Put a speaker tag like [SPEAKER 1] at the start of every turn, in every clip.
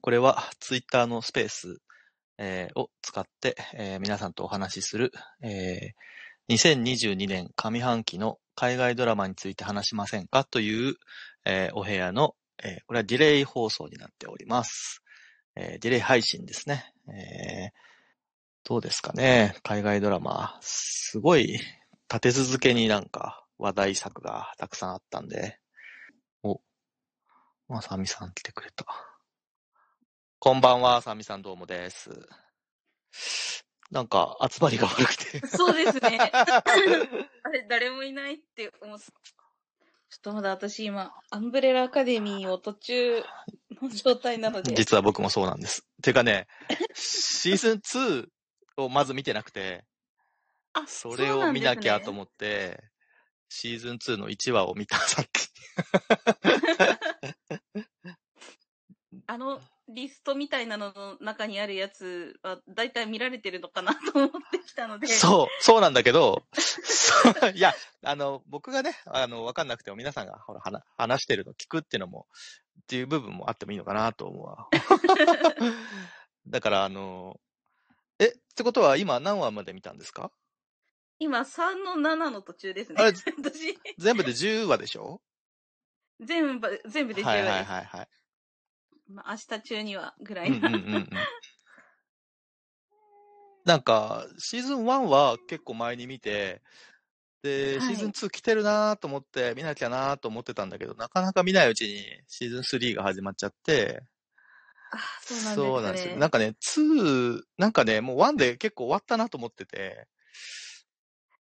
[SPEAKER 1] これは Twitter のスペース、えーを使って、えー皆さんとお話しする、えー2022年上半期の海外ドラマについて話しませんかという、えーお部屋の、えーこれはディレイ放送になっております。えーディレイ配信ですね。えーどうですかね海外ドラマ。すごい立て続けになんか話題作がたくさんあったんで。お、まさみさん来てくれた。こんばんは、さみさんどうもです。なんか集まりが悪くて。
[SPEAKER 2] そうです ね。あれ、誰もいないって思った。ちょっとまだ私今、アンブレラアカデミーを途中の状態なので。
[SPEAKER 1] 実は僕もそうなんです。てかね、シーズン2をまず見てなくて、
[SPEAKER 2] あ、
[SPEAKER 1] それを見なきゃと
[SPEAKER 2] っ
[SPEAKER 1] 思って、シーズン2の1話を見た、さっき。
[SPEAKER 2] て。あの、リストみたいなのの中にあるやつは、だいたい見られてるのかなと思ってきたので。う。
[SPEAKER 1] そう、そうなんだけど、そういや、あの、僕がね、あの、わかんなくても皆さんがほら話話してるの聞くっていうのも、っていう部分もあってもいいのかなと思う わ。だから、あの、え、ってことは今何話まで見たんですか
[SPEAKER 2] 今、3の7の途中ですね。
[SPEAKER 1] あれ
[SPEAKER 2] 私、
[SPEAKER 1] 全部で10話でしょ
[SPEAKER 2] 全部、全部で10話
[SPEAKER 1] は
[SPEAKER 2] で
[SPEAKER 1] い
[SPEAKER 2] す。
[SPEAKER 1] はいはいはい。
[SPEAKER 2] まあ、明日中にはぐら
[SPEAKER 1] うん
[SPEAKER 2] い
[SPEAKER 1] うんう
[SPEAKER 2] な。
[SPEAKER 1] ん うんなんか、シーズン1は結構前に見て、で、
[SPEAKER 2] はい
[SPEAKER 1] シーズン2来てるなーと思って、見なきゃなーと思ってたんだけど、なかなか見ないうちにシーズン3が始まっちゃって、
[SPEAKER 2] あ、そうなんですね。
[SPEAKER 1] なんかね、2、なんかね、もう1で結構終わったなと思ってて、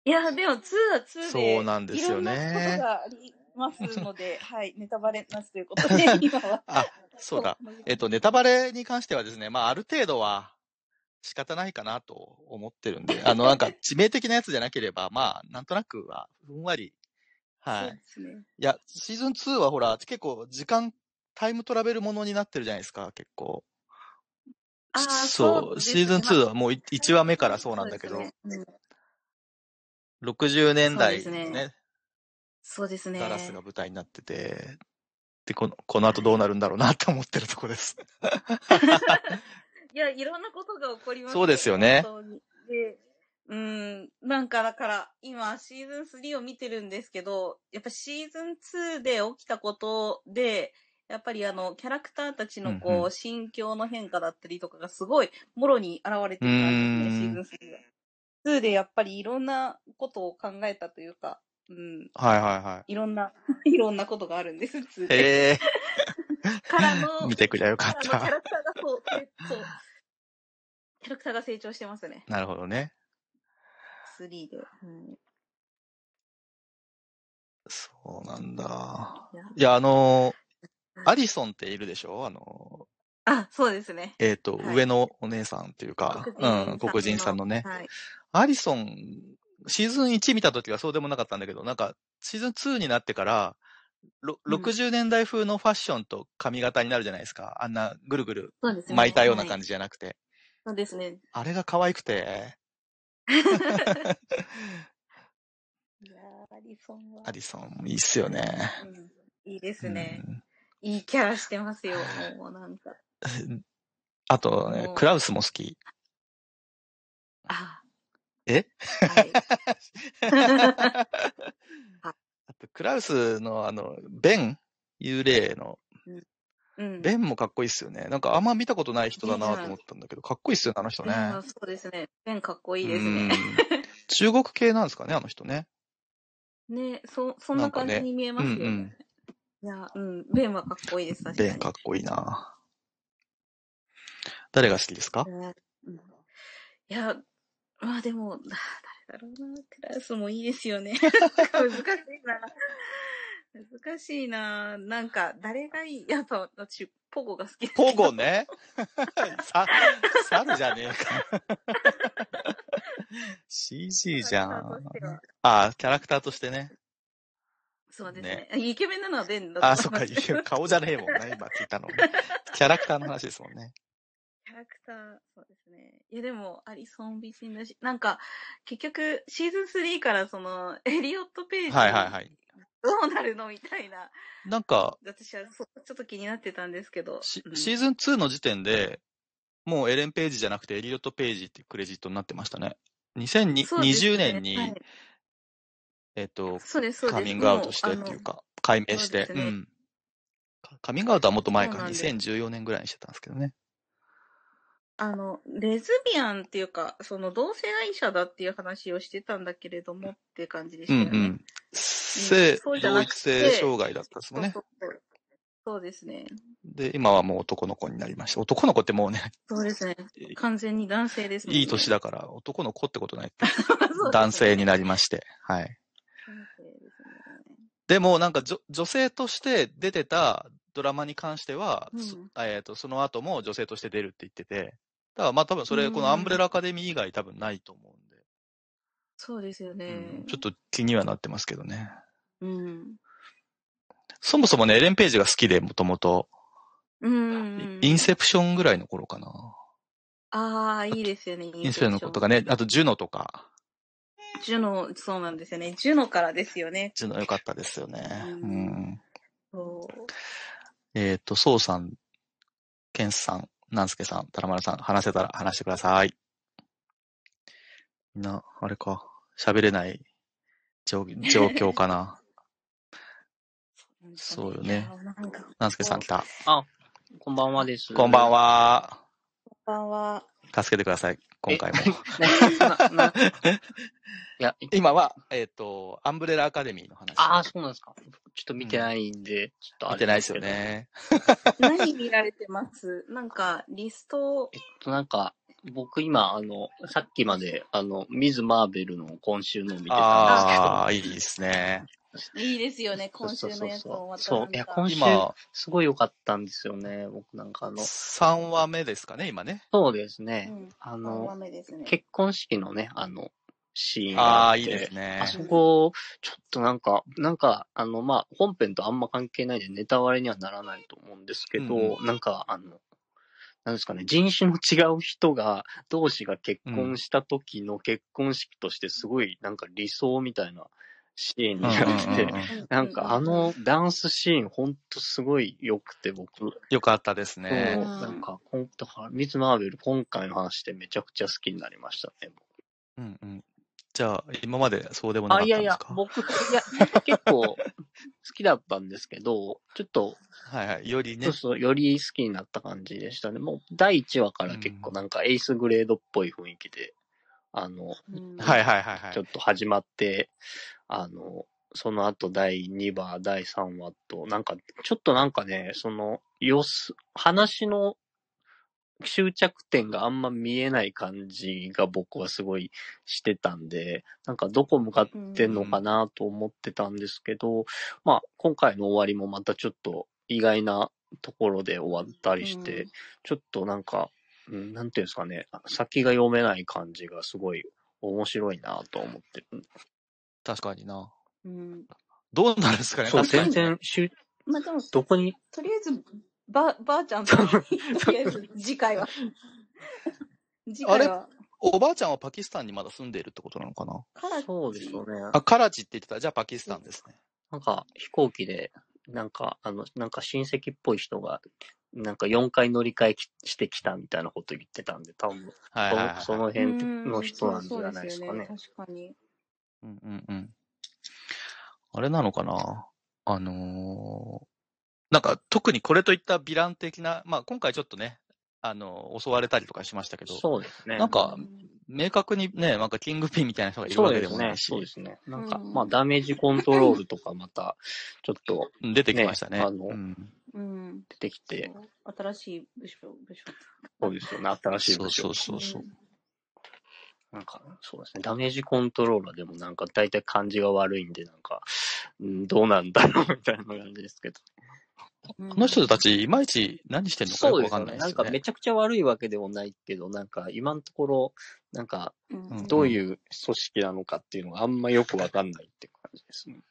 [SPEAKER 2] いや、でも2は2で、
[SPEAKER 1] そうなんですよね
[SPEAKER 2] いろんなことがあります ので、はい、ネタバレなしということで、今は。
[SPEAKER 1] あ、そうだ。。えっと、ネタバレに関してはですね、まあ、ある程度は仕方ないかなと思ってるんで、あの、 なんか致命的なやつじゃなければ、まあ、なんとなくは、ふんわり、は
[SPEAKER 2] はいい。。そうですね。
[SPEAKER 1] いや、シーズン2はほら、結構時間、タイムトラベルものになってるじゃないですか、結構。
[SPEAKER 2] あー
[SPEAKER 1] そう、シーズン2
[SPEAKER 2] は
[SPEAKER 1] はもう1話目からそうなんだけど、60年代のね
[SPEAKER 2] そうですそうですね。
[SPEAKER 1] ダラスが舞台になってて、で、この、この後どうなるんだろうなって思ってるとこです。
[SPEAKER 2] いや、いろんなことが起こります
[SPEAKER 1] そうですよね
[SPEAKER 2] 本当にで、うん、なんかだから、今、シーズン3を見てるんですけど、やっぱシーズン2で起きたことで、やっぱりあの、キャラクターたちのこう、
[SPEAKER 1] うんう
[SPEAKER 2] 心境の変化だったりとかがすごい、もろに現れてるんですね、シ
[SPEAKER 1] うーん
[SPEAKER 2] ーズン3が。2でやっぱりいろんなことを考えたというか、うん、
[SPEAKER 1] はいはい はい
[SPEAKER 2] ろんな、いろんなことがあるんです、2
[SPEAKER 1] い。
[SPEAKER 2] で。
[SPEAKER 1] へえ
[SPEAKER 2] からの、
[SPEAKER 1] 見てくりゃよかっ
[SPEAKER 2] あのキャ
[SPEAKER 1] た。
[SPEAKER 2] ラクターがこう、そう。キャラクターが成長してますね。
[SPEAKER 1] なるほどね。
[SPEAKER 2] 3で。うん、
[SPEAKER 1] そうなんだ。
[SPEAKER 2] いや
[SPEAKER 1] いや、あのーアリソンっているでしょあの
[SPEAKER 2] あ、そうですね。
[SPEAKER 1] ー、えっ、と、
[SPEAKER 2] はい
[SPEAKER 1] 上のお姉さんっていうか、うん、黒人さんのね。
[SPEAKER 2] はい。
[SPEAKER 1] アリソン、シーズン1見た時はそうでもなかったんだけど、なんか、シーズン2になってから、ろ
[SPEAKER 2] うん
[SPEAKER 1] 60年代風のファッションと髪型になるじゃないですか。あんなぐるぐる
[SPEAKER 2] そうですね。
[SPEAKER 1] 巻いたような感
[SPEAKER 2] じ。
[SPEAKER 1] じじゃなくて。
[SPEAKER 2] そうですね。
[SPEAKER 1] あれが可愛くて、
[SPEAKER 2] いやーアリソンは。
[SPEAKER 1] アリソン、いいっすよね。
[SPEAKER 2] うんいいですね、いいキャラしてますよ。もうなんか。
[SPEAKER 1] うんあとね
[SPEAKER 2] もう、
[SPEAKER 1] クラウスも好き。
[SPEAKER 2] あ。
[SPEAKER 1] え
[SPEAKER 2] はい。
[SPEAKER 1] あと、クラウスのあの、ベン幽霊の、
[SPEAKER 2] うん。
[SPEAKER 1] ベンもかっこいいっすよね。なんかあんま見たことない人だなと思ったんだけど、かっこいいっすよね、あの人ね。
[SPEAKER 2] あそうですね。ペンかっこいいですね。
[SPEAKER 1] うん。中国系なんですかね、あの人ね。
[SPEAKER 2] ね、そ、そんな感じに見えますよね。
[SPEAKER 1] なん
[SPEAKER 2] いや、うん、ベンはかっこいいです、 確かに。
[SPEAKER 1] ベンかっこいいな誰が好きですか
[SPEAKER 2] ねうんいや、まあでも、あ誰だろうな、クラウスもいいで すよね。難しいな。難しいな。なんか、誰がいいやっぱ私、ポゴが好きだけど
[SPEAKER 1] ポゴ。ね。 さ、猿じゃねえ か。CG じゃ
[SPEAKER 2] キャラ
[SPEAKER 1] ん
[SPEAKER 2] と。 しては
[SPEAKER 1] あ、キャラクターとしてね。
[SPEAKER 2] そうですねイケメンなのはベンだと
[SPEAKER 1] あ、そっか、
[SPEAKER 2] 思いますけど
[SPEAKER 1] 顔じゃねえもんね、今聞いた の。キャラクターの話ですもんね。
[SPEAKER 2] キャラクター、そうですね。いや、でも、アリソン美人だし、なんか、結局、シーズン3から、その、エリオット・ページ
[SPEAKER 1] はいはいはい。
[SPEAKER 2] どうなるのみたいな。
[SPEAKER 1] なんか、
[SPEAKER 2] 私はそうちょっと気になってたんですけど。
[SPEAKER 1] シ
[SPEAKER 2] うん
[SPEAKER 1] シーズン2の時点で、もうエレン・ページじゃなくてエリオット・ページっていうクレジットになってましたね。
[SPEAKER 2] そうですね
[SPEAKER 1] 2020年に、
[SPEAKER 2] はい
[SPEAKER 1] えっと、
[SPEAKER 2] そうです、そうです。
[SPEAKER 1] カミングアウトしてっていうか、解明して、
[SPEAKER 2] そうですね
[SPEAKER 1] うんかカミングアウトはもっと前か
[SPEAKER 2] そう
[SPEAKER 1] ら
[SPEAKER 2] なんです
[SPEAKER 1] 2014年ぐらいにしてたんですけどね。
[SPEAKER 2] あの、レズビアンっていうか、その同性愛者だっていう話をしてたんだけれどもっていう感じでした
[SPEAKER 1] うん
[SPEAKER 2] よ
[SPEAKER 1] う
[SPEAKER 2] ね。
[SPEAKER 1] ん。性
[SPEAKER 2] そうじゃ
[SPEAKER 1] 同
[SPEAKER 2] なく
[SPEAKER 1] 一
[SPEAKER 2] て
[SPEAKER 1] 性障害だったんですもんね
[SPEAKER 2] そ。うそうそうそうですね。
[SPEAKER 1] で、今はもう男の子になりました。男の子ってもうね、
[SPEAKER 2] そうですね。完全に男性ですもんね。
[SPEAKER 1] いい年だから、男の子ってことないって。
[SPEAKER 2] そう
[SPEAKER 1] 男性になりまして。はい。
[SPEAKER 2] 男性ですね
[SPEAKER 1] でも、なんかじょ、女性として出てたドラマに関しては、
[SPEAKER 2] うん
[SPEAKER 1] そえっと、その後も女性として出るって言ってて、だからまあ多分それ、
[SPEAKER 2] うん
[SPEAKER 1] このアンブレラアカデミー以外多分ないと思うんで、
[SPEAKER 2] そうですよね
[SPEAKER 1] うん。ちょっと気にはなってますけどね。
[SPEAKER 2] うん。
[SPEAKER 1] そもそもね、エレン・ページが好きで、もともと、
[SPEAKER 2] うん。
[SPEAKER 1] インセプションぐらいの頃かな。
[SPEAKER 2] ああ、いいですよね。イ
[SPEAKER 1] インセプションのこと
[SPEAKER 2] が
[SPEAKER 1] かね、あとジュノとか、
[SPEAKER 2] ジュノ、そうなんですよね。ジュノからですよね。
[SPEAKER 1] ジュノ良かったですよね。
[SPEAKER 2] う
[SPEAKER 1] うんん。
[SPEAKER 2] そう
[SPEAKER 1] えっ、と、ソウさん、ケンスさん、ナンスケさん、タラマルさん、話せたら話してください。みんな、あれか、喋れない状状況かな。 そうよね。
[SPEAKER 2] いやなんか、こ
[SPEAKER 1] ナンスケさん来た。
[SPEAKER 3] こんばんはです。
[SPEAKER 1] こんばん
[SPEAKER 3] は。
[SPEAKER 1] は。
[SPEAKER 2] んばん は。
[SPEAKER 1] 助けてください、今回も。
[SPEAKER 3] なないや、
[SPEAKER 1] 今は、えっ、 と、アンブレラアカデミーの話。
[SPEAKER 3] ああ、そうなんですか。ちょっと見てないんで、ちょっとあ
[SPEAKER 1] 見
[SPEAKER 3] れ
[SPEAKER 1] てないです
[SPEAKER 3] け
[SPEAKER 1] よ
[SPEAKER 3] ど。
[SPEAKER 1] ね。
[SPEAKER 2] 何見られてます なんか、リストを
[SPEAKER 3] えっと、なんか、僕今、あの、さっきまで、あの、ミズ・マーベルの今週の見て
[SPEAKER 1] あ
[SPEAKER 3] たん
[SPEAKER 1] あ、
[SPEAKER 3] で
[SPEAKER 1] いいですね。
[SPEAKER 3] すけど。
[SPEAKER 2] いいですよね。
[SPEAKER 3] そう
[SPEAKER 2] 今週のやつもまた
[SPEAKER 3] そうそうそうそういや今週
[SPEAKER 1] 今、
[SPEAKER 3] すごい良かったんですよね。僕なんかあの、
[SPEAKER 1] 3話目ですかね、今ね。
[SPEAKER 3] そうですね。
[SPEAKER 2] うん
[SPEAKER 3] あ
[SPEAKER 2] 三話
[SPEAKER 3] の、
[SPEAKER 2] 目ですね。
[SPEAKER 3] 結婚式のね、あの、シーンが
[SPEAKER 1] あ
[SPEAKER 3] あ
[SPEAKER 1] あ、
[SPEAKER 3] って。
[SPEAKER 1] いいですね
[SPEAKER 3] あ。そこ、ちょっとなんか、なんか、あの、まあ、本編とあんま関係ないでネタ割れにはならないと思うんですけど、なんか、あの、なんですかね、人種の違う人が、同士が結婚した時の結婚式としてすごい、なんか理想みたいなシー
[SPEAKER 1] う
[SPEAKER 3] ンに
[SPEAKER 1] んうん
[SPEAKER 3] なっ
[SPEAKER 1] うんう
[SPEAKER 3] て
[SPEAKER 1] ん
[SPEAKER 3] て、なんかあのダンスシーン、ほんとすごい良くて、僕。
[SPEAKER 1] よかったです
[SPEAKER 3] そう
[SPEAKER 1] ね。
[SPEAKER 3] なんか、ほんと、ミズ・マーベル、今回の話でめちゃくちゃ好きになりましたね、僕
[SPEAKER 1] うんうん。じゃあ、今までそうでもなか
[SPEAKER 3] あ、
[SPEAKER 1] っ
[SPEAKER 3] い
[SPEAKER 1] た
[SPEAKER 3] や
[SPEAKER 1] ん
[SPEAKER 3] い
[SPEAKER 1] です
[SPEAKER 3] や
[SPEAKER 1] か、
[SPEAKER 3] 僕、いや、結構好きだったんですけど、ちょっと、
[SPEAKER 1] はいはい。よりね
[SPEAKER 3] そう。そう、より好きになった感じでしたね。もう、第1話から結構なんかエースグレードっぽい雰囲気で、あの、
[SPEAKER 2] うん
[SPEAKER 1] はいはいはいはい
[SPEAKER 3] ちょっ。と始まって、あの、その後第2話、第3話と、なんか、ちょっとなんかね、その、よす、話の終着点があんま見えない感じが僕はすごいしてたんで、なんかどこ向かってんのかなと思ってたんですけど、まあ、今回の終わりもまたちょっと意外なところで終わったりして、
[SPEAKER 2] うん
[SPEAKER 3] ちょっとなんか、うん、なんていうんですかね、先が読めない感じがすごい面白いなと思ってる。
[SPEAKER 1] 確かにな。
[SPEAKER 2] うん
[SPEAKER 1] どうなるんですかね
[SPEAKER 3] そう、
[SPEAKER 1] 確か
[SPEAKER 3] 全
[SPEAKER 1] に。
[SPEAKER 3] 然、しゅ
[SPEAKER 2] まあでも、
[SPEAKER 3] どこに、
[SPEAKER 2] とりあえず、ば、ばあちゃんと、 とりあえず、次回 は。次回は、
[SPEAKER 1] おばあちゃんはパキスタンにまだ住んでいるってことなのかな
[SPEAKER 2] カラ
[SPEAKER 3] そうですよね。
[SPEAKER 1] あ、カラチって言ってた。じゃあパキスタンですね。
[SPEAKER 3] なんか、飛行機で、なんか、あの、なんか親戚っぽい人が、なんか4回乗り換えきしてきたみたいなこと言ってたんで、多分、
[SPEAKER 1] はいはい、はい。
[SPEAKER 3] その辺の人なんじ
[SPEAKER 2] そう
[SPEAKER 3] ゃ
[SPEAKER 2] そう
[SPEAKER 3] な
[SPEAKER 2] で
[SPEAKER 3] いですす
[SPEAKER 2] よ
[SPEAKER 3] か
[SPEAKER 2] ね。
[SPEAKER 3] ね。
[SPEAKER 2] 確かに。
[SPEAKER 1] うんうんうん。あれなのかなあのーなんか特にこれといったヴィラン的な、まあ今回ちょっとね、あのー襲われたりとかしましたけど、
[SPEAKER 3] そうですね。
[SPEAKER 1] なんか
[SPEAKER 2] うん
[SPEAKER 1] 明確にね、なんかキングピンみたいな人がいる
[SPEAKER 3] そ
[SPEAKER 1] わ
[SPEAKER 3] う
[SPEAKER 1] け
[SPEAKER 3] で
[SPEAKER 1] ですもな
[SPEAKER 3] ね。
[SPEAKER 1] いし、
[SPEAKER 3] そうですね。なんか、
[SPEAKER 2] うん
[SPEAKER 3] まあ、ダメージコントロールとかまた、ちょっと
[SPEAKER 1] うん出てきましたね。
[SPEAKER 3] ねあの
[SPEAKER 1] うん
[SPEAKER 2] うん。
[SPEAKER 3] 出てきて、
[SPEAKER 2] 新しい部署、部署。
[SPEAKER 3] そうですよね。新しい
[SPEAKER 1] そう
[SPEAKER 3] 部署
[SPEAKER 1] そうそうそう。
[SPEAKER 3] なんか、そうですね。ダメージコントローラーでもなんか大体感じが悪いんで、なんか、うん、どうなんだろうみたいな感じですけど。
[SPEAKER 2] うん。
[SPEAKER 1] この人たち、いまいち何してんのかよ
[SPEAKER 3] そう
[SPEAKER 1] くわ
[SPEAKER 3] です
[SPEAKER 1] か
[SPEAKER 3] よ
[SPEAKER 1] んない
[SPEAKER 3] ね。
[SPEAKER 1] ですよ
[SPEAKER 3] な
[SPEAKER 1] ね。
[SPEAKER 3] んかめちゃくちゃ悪いわけでもないけど、なんか今のところ、なんか
[SPEAKER 2] うん、
[SPEAKER 3] どういう組織なのかっていうのがあんまよくわかんないって感じですね。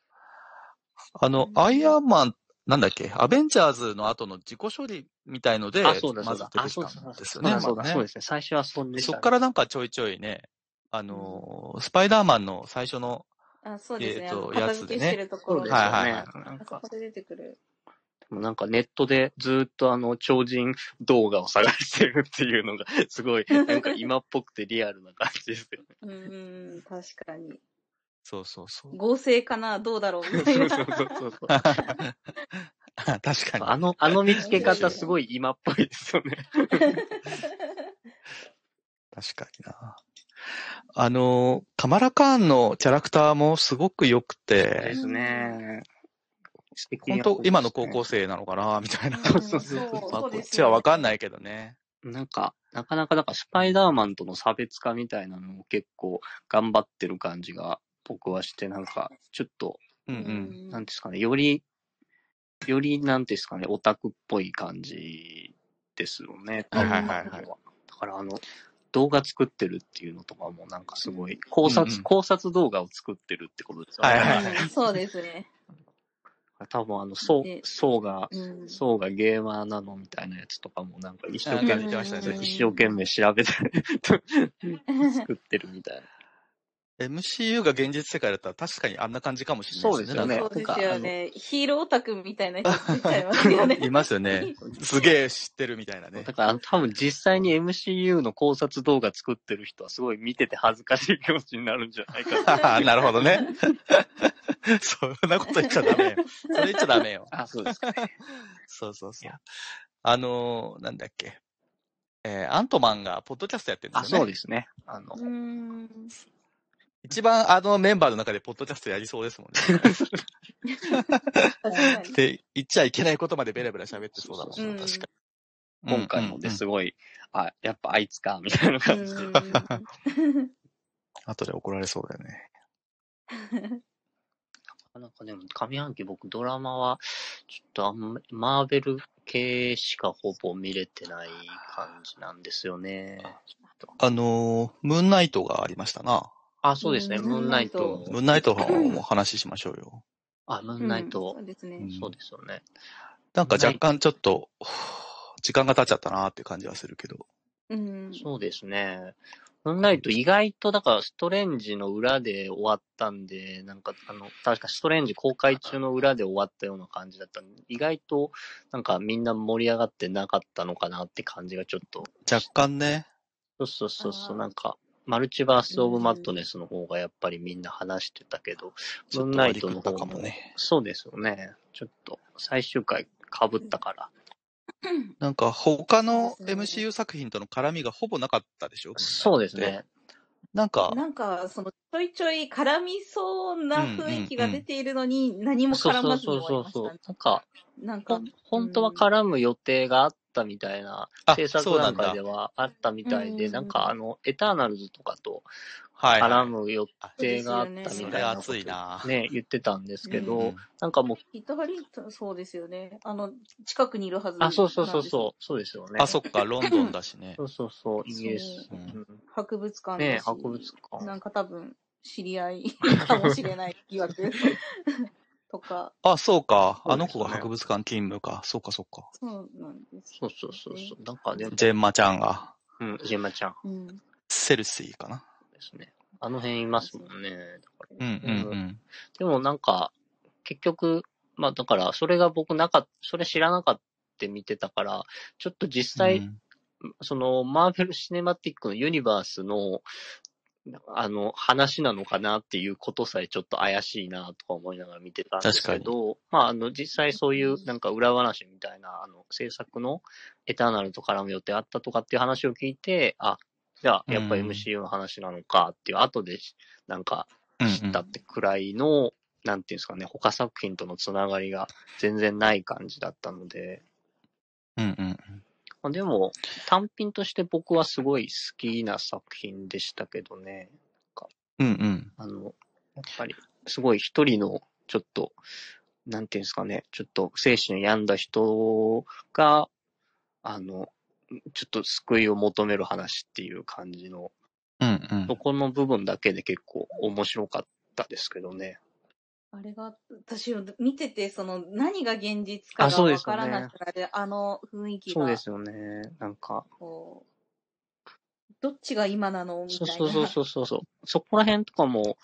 [SPEAKER 1] あの、
[SPEAKER 2] うん
[SPEAKER 1] アイアンマン、なんだっけ、アベンジャーズの後の自己処理みたいので、
[SPEAKER 3] あ、そうだそ
[SPEAKER 1] ま
[SPEAKER 3] う
[SPEAKER 1] ず
[SPEAKER 3] だ。
[SPEAKER 1] 出
[SPEAKER 3] あ、
[SPEAKER 1] てき
[SPEAKER 3] そう
[SPEAKER 1] た
[SPEAKER 3] だそ
[SPEAKER 1] ん
[SPEAKER 3] うだ。
[SPEAKER 1] です
[SPEAKER 3] そ
[SPEAKER 1] よ
[SPEAKER 3] う
[SPEAKER 1] ね。
[SPEAKER 3] だそう
[SPEAKER 1] まず
[SPEAKER 3] だ
[SPEAKER 1] ね
[SPEAKER 3] そうですね。最初はそんでした
[SPEAKER 1] そ
[SPEAKER 3] ね
[SPEAKER 1] っからなんかちょいちょいね、あのースパイダーマンの最初の
[SPEAKER 2] あ、そうですね。
[SPEAKER 1] えーと
[SPEAKER 2] あの片付けしてるところ
[SPEAKER 1] で
[SPEAKER 2] で。
[SPEAKER 1] すはいはいはい
[SPEAKER 3] なん
[SPEAKER 2] あそ
[SPEAKER 3] か
[SPEAKER 2] こ、で出てくる。
[SPEAKER 3] なんかネットでずっとあの超人動画を探してるっていうのが すごいなんか今っぽくてリアルな感じですよね。
[SPEAKER 2] うんうん、確かに。
[SPEAKER 1] そうそう そう。
[SPEAKER 2] 合成かなどうだろうみたい
[SPEAKER 3] そう
[SPEAKER 2] な。
[SPEAKER 3] そうそうそう。
[SPEAKER 1] 確かに。
[SPEAKER 3] あの、あの見つけ方すごい今っぽいですよね。
[SPEAKER 1] 確かにな。あの、カマラカーンのキャラクターもすごく良くて、
[SPEAKER 2] すね。
[SPEAKER 1] 本当今の高校
[SPEAKER 3] 生。
[SPEAKER 1] 生なのかなみたいな。
[SPEAKER 3] そうそうそう
[SPEAKER 2] うん
[SPEAKER 1] まあ、こっ
[SPEAKER 2] です
[SPEAKER 1] ち
[SPEAKER 2] よ
[SPEAKER 1] は
[SPEAKER 2] ね
[SPEAKER 1] わかんないけどね。
[SPEAKER 3] なんか、なかなか、なんかスパイダーマンとの差別化みたいなのを結構頑張ってる感じが僕はして、なんか、ちょっと、
[SPEAKER 1] うんう。
[SPEAKER 2] うんん
[SPEAKER 3] なんですかね、より、より、なんですかね、オタクっぽい感じですよね。
[SPEAKER 1] はい
[SPEAKER 2] はいはい
[SPEAKER 1] はい
[SPEAKER 3] 多分だから、あの、動画作ってるっていうのとかも、なんかすごい、考
[SPEAKER 1] うんうん
[SPEAKER 3] 察、考察動画を作ってるってことですよね。
[SPEAKER 1] はいはいはい
[SPEAKER 2] うんそうですね。
[SPEAKER 3] 多分、あの、そう
[SPEAKER 2] ね、
[SPEAKER 3] そう が、
[SPEAKER 2] うん
[SPEAKER 3] そうがゲーマーなのみたいなやつとかも、なんか一生懸
[SPEAKER 1] あ
[SPEAKER 3] 命
[SPEAKER 1] 見、てましたね
[SPEAKER 3] 一生懸命調べて作ってるみたいな。
[SPEAKER 1] MCU が現実世界だったら確かにあんな感じかもしれないですね。
[SPEAKER 3] そうですよね
[SPEAKER 2] そうですよね。ヒーローオタクみたいな人ついちゃいますよ
[SPEAKER 1] な
[SPEAKER 2] ね
[SPEAKER 1] ん。 かいますよね。すげえ知ってるみたいなね
[SPEAKER 3] だ。からあの多分実際に MCU の考察動画作ってる人はすごい見てて恥ずかしい気持ちになるんじゃないか な。
[SPEAKER 1] なるほどね。そんなこと言っちゃダメよ。それ言っちゃダメよ。
[SPEAKER 3] あ、そうですか。
[SPEAKER 1] そうそうそ
[SPEAKER 3] いうや。
[SPEAKER 1] あのーなんだっけ。えーアントマンがポッドキャストやってるん
[SPEAKER 3] あ、
[SPEAKER 1] ですよね。
[SPEAKER 3] そうですね。あの、
[SPEAKER 2] うん。
[SPEAKER 1] 一番あのメンバーの中でポッドキャストやりそうですもん ね。
[SPEAKER 2] 確かに
[SPEAKER 1] って言っちゃいけないことまでベラベラ喋ってそうだもん
[SPEAKER 3] そ
[SPEAKER 1] ね、
[SPEAKER 2] うそう
[SPEAKER 1] 確かに。
[SPEAKER 3] 今回
[SPEAKER 1] うん
[SPEAKER 3] も
[SPEAKER 1] うんう
[SPEAKER 3] で
[SPEAKER 1] ん
[SPEAKER 3] すごい、あ、やっぱあいつか、みたいな感じで。
[SPEAKER 1] 後で怒られそうだよね。
[SPEAKER 3] なんかでも、上半期僕ドラマは、ちょっとあんま、マーベル系しかほぼ見れてない感じなんですよね。
[SPEAKER 1] あのームーンナイトがありましたな。
[SPEAKER 3] あ、そうですね。
[SPEAKER 2] うん
[SPEAKER 3] ムーンナイ
[SPEAKER 2] ム
[SPEAKER 3] ト。
[SPEAKER 1] ムーンナイトの方も話しましょうよ。
[SPEAKER 3] あ、ムー
[SPEAKER 2] う
[SPEAKER 3] ン
[SPEAKER 2] ん
[SPEAKER 3] ナイト
[SPEAKER 2] そう。です
[SPEAKER 1] う
[SPEAKER 2] ね
[SPEAKER 1] ん。
[SPEAKER 3] そうですよね。
[SPEAKER 1] なんか若干ちょっと、時間が経っちゃったなーって感じはするけど。
[SPEAKER 2] うん。
[SPEAKER 3] そうですね。ムーンナイト意外と、だから、ストレンジの裏で終わったんで、なんか、あの、確かストレンジ公開中の裏で終わったような感じだったんで、意外と、なんかみんな盛り上がってなかったのかなって感じがちょっと。
[SPEAKER 1] 若干ね。
[SPEAKER 3] そうそうそうそ
[SPEAKER 2] あ
[SPEAKER 3] う、
[SPEAKER 2] ー
[SPEAKER 3] なんか、マルチバース・オブ・マットネスの方がやっぱりみんな話してたけど、
[SPEAKER 1] ち
[SPEAKER 3] ムー
[SPEAKER 1] ょ
[SPEAKER 3] ン
[SPEAKER 1] っと
[SPEAKER 3] ナ
[SPEAKER 1] 割
[SPEAKER 3] イ
[SPEAKER 1] り
[SPEAKER 3] ト
[SPEAKER 1] 食
[SPEAKER 3] の
[SPEAKER 1] った
[SPEAKER 3] 方
[SPEAKER 1] か
[SPEAKER 3] も
[SPEAKER 1] もね。
[SPEAKER 3] そうですよね。ちょっと、最終回被ったから。
[SPEAKER 1] なんか他の
[SPEAKER 2] そうですね
[SPEAKER 1] MCU 作品との絡みがほぼなかったでしょ
[SPEAKER 3] そうです。ね。
[SPEAKER 1] なんか、
[SPEAKER 2] なんか、その、ちょいちょい絡みそうな雰囲気が出ているのに、何も
[SPEAKER 3] そう
[SPEAKER 2] 絡
[SPEAKER 3] そ
[SPEAKER 2] ま
[SPEAKER 3] う
[SPEAKER 2] ずに
[SPEAKER 3] そう
[SPEAKER 2] 終
[SPEAKER 3] そ
[SPEAKER 2] わりま
[SPEAKER 3] う
[SPEAKER 2] し
[SPEAKER 3] そ
[SPEAKER 2] た
[SPEAKER 3] う
[SPEAKER 2] ね。。
[SPEAKER 3] なんか、
[SPEAKER 2] なんか
[SPEAKER 3] ほん、本当は絡む予定があったみたいな、
[SPEAKER 1] あ、
[SPEAKER 3] 制
[SPEAKER 1] そ
[SPEAKER 3] 作
[SPEAKER 1] うな
[SPEAKER 3] 段
[SPEAKER 1] んだ。は
[SPEAKER 3] 階
[SPEAKER 1] い
[SPEAKER 3] ではあったみたいで、
[SPEAKER 2] うん
[SPEAKER 3] なんかあの、エターナルズとかと
[SPEAKER 1] はい。
[SPEAKER 3] 絡む予
[SPEAKER 1] あ
[SPEAKER 3] 定があったみたいなこと、
[SPEAKER 1] それ熱いな
[SPEAKER 3] ね、言ってたんですけど、
[SPEAKER 1] うん
[SPEAKER 3] なんかもう、
[SPEAKER 2] ヒトハリそうですよね。あの、近くにいるはず。
[SPEAKER 3] あ、そうそうそうそうう、そうですよね。
[SPEAKER 1] あ、そっか、ロンドンだしね
[SPEAKER 3] そ。うそうそう、イギリス。
[SPEAKER 1] そう
[SPEAKER 3] うん
[SPEAKER 2] 博物館
[SPEAKER 3] ね
[SPEAKER 2] だし
[SPEAKER 3] 博物館。
[SPEAKER 2] なんか多分、知り合いかもしれない疑 惑とか、
[SPEAKER 1] あ、そうか。
[SPEAKER 3] そうで
[SPEAKER 1] あの
[SPEAKER 3] すね
[SPEAKER 1] 子が博物館勤務か。そうか、そうか。
[SPEAKER 2] そうなんです
[SPEAKER 3] そうそうそうそう。なんかね、
[SPEAKER 1] ジェンマちゃんが、
[SPEAKER 3] うん、ジェマちゃん
[SPEAKER 2] う。うん。
[SPEAKER 1] セルシーかな。
[SPEAKER 3] ですね。あの辺いますもんね。
[SPEAKER 1] うんうんうん。
[SPEAKER 3] でもなんか、結局、まあだから、それが僕なかっそれ知らなかった。見てたから、ちょっと実際、
[SPEAKER 1] うん
[SPEAKER 3] その、マーベル・シネマティックのユニバースの、あの、話なのかなっていうことさえちょっと怪しいなとか思いながら見てたんですけど、まあ、あの、実際そういうなんか裏話みたいな、あの、制作のエターナルと絡む予定あったとかっていう話を聞いて、あ、じゃあ、やっぱり
[SPEAKER 1] うん
[SPEAKER 3] MCU の話なのかっていう、後でなんか
[SPEAKER 1] うんうん
[SPEAKER 3] 知ったってくらいの、なんていうんですかね、他作品とのつながりが全然ない感じだったので、
[SPEAKER 1] うんうん。
[SPEAKER 3] まあ、でも、単品として僕はすごい好きな作品でしたけどね。
[SPEAKER 1] うんうん。
[SPEAKER 3] あの、やっぱり、すごい一人の、ちょっと、なんていうんですかね、ちょっと精神病んだ人が、あの、ちょっと救いを求める話っていう感じの、
[SPEAKER 1] うんうん
[SPEAKER 3] そ。この部分だけで結構面白かったですけどね。
[SPEAKER 2] あれが、私を見てて、その、何が現実か
[SPEAKER 3] あ
[SPEAKER 2] が
[SPEAKER 3] そうで
[SPEAKER 2] わ
[SPEAKER 3] すよ
[SPEAKER 2] か
[SPEAKER 3] ね
[SPEAKER 2] らなくなる、あの雰囲気
[SPEAKER 3] そう
[SPEAKER 2] が
[SPEAKER 3] で、すよね。なんか、
[SPEAKER 2] こどっちが今なのみた
[SPEAKER 3] そ
[SPEAKER 2] いうな。
[SPEAKER 3] そうそうそうそうそう。そこら辺とかも、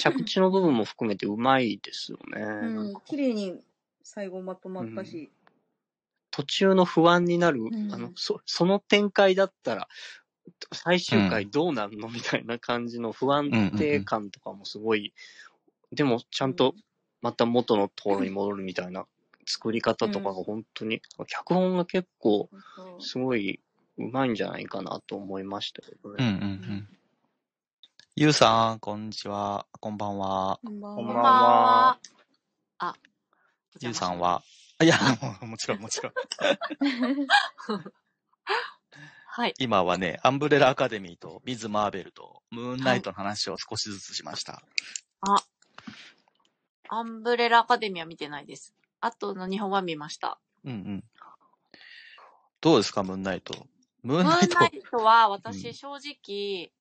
[SPEAKER 3] 着地の部分も含めてうまいですよね。
[SPEAKER 2] うん、綺麗に最後まとまったし。
[SPEAKER 3] 途中の不安になる、
[SPEAKER 2] ん
[SPEAKER 3] あのそ、その展開だったら、最終回どうなるのみたいな感じの不安定感とかもすごい、でもちゃんとまた元のところに戻るみたいな作り方とかが本当に、脚本が結構
[SPEAKER 2] うんそう
[SPEAKER 3] すごいうまいんじゃないかなと思いましたけど
[SPEAKER 1] うんう
[SPEAKER 3] ね。
[SPEAKER 1] んうん。ゆうさん、こんにちは。こんばんは。
[SPEAKER 2] こんばん
[SPEAKER 3] こんば
[SPEAKER 4] こ
[SPEAKER 3] ん
[SPEAKER 2] は
[SPEAKER 4] んばんは。あ、
[SPEAKER 1] ゆうさんは。いや、ももちろんもちろん。
[SPEAKER 4] はい。
[SPEAKER 1] 今はね、アンブレラアカデミーとミズ・マーベルとムーンナイトの話を少しずつしました。
[SPEAKER 4] アンブレラアカデミーは見てないです。あとの日本は見ました。
[SPEAKER 1] うんうん。どうですか、ムーンナイト。ムーン
[SPEAKER 4] ム
[SPEAKER 1] ナ
[SPEAKER 4] ー
[SPEAKER 1] イ
[SPEAKER 4] ン
[SPEAKER 1] ト
[SPEAKER 4] ナイトは
[SPEAKER 1] う
[SPEAKER 4] 私
[SPEAKER 1] ん
[SPEAKER 4] 正直、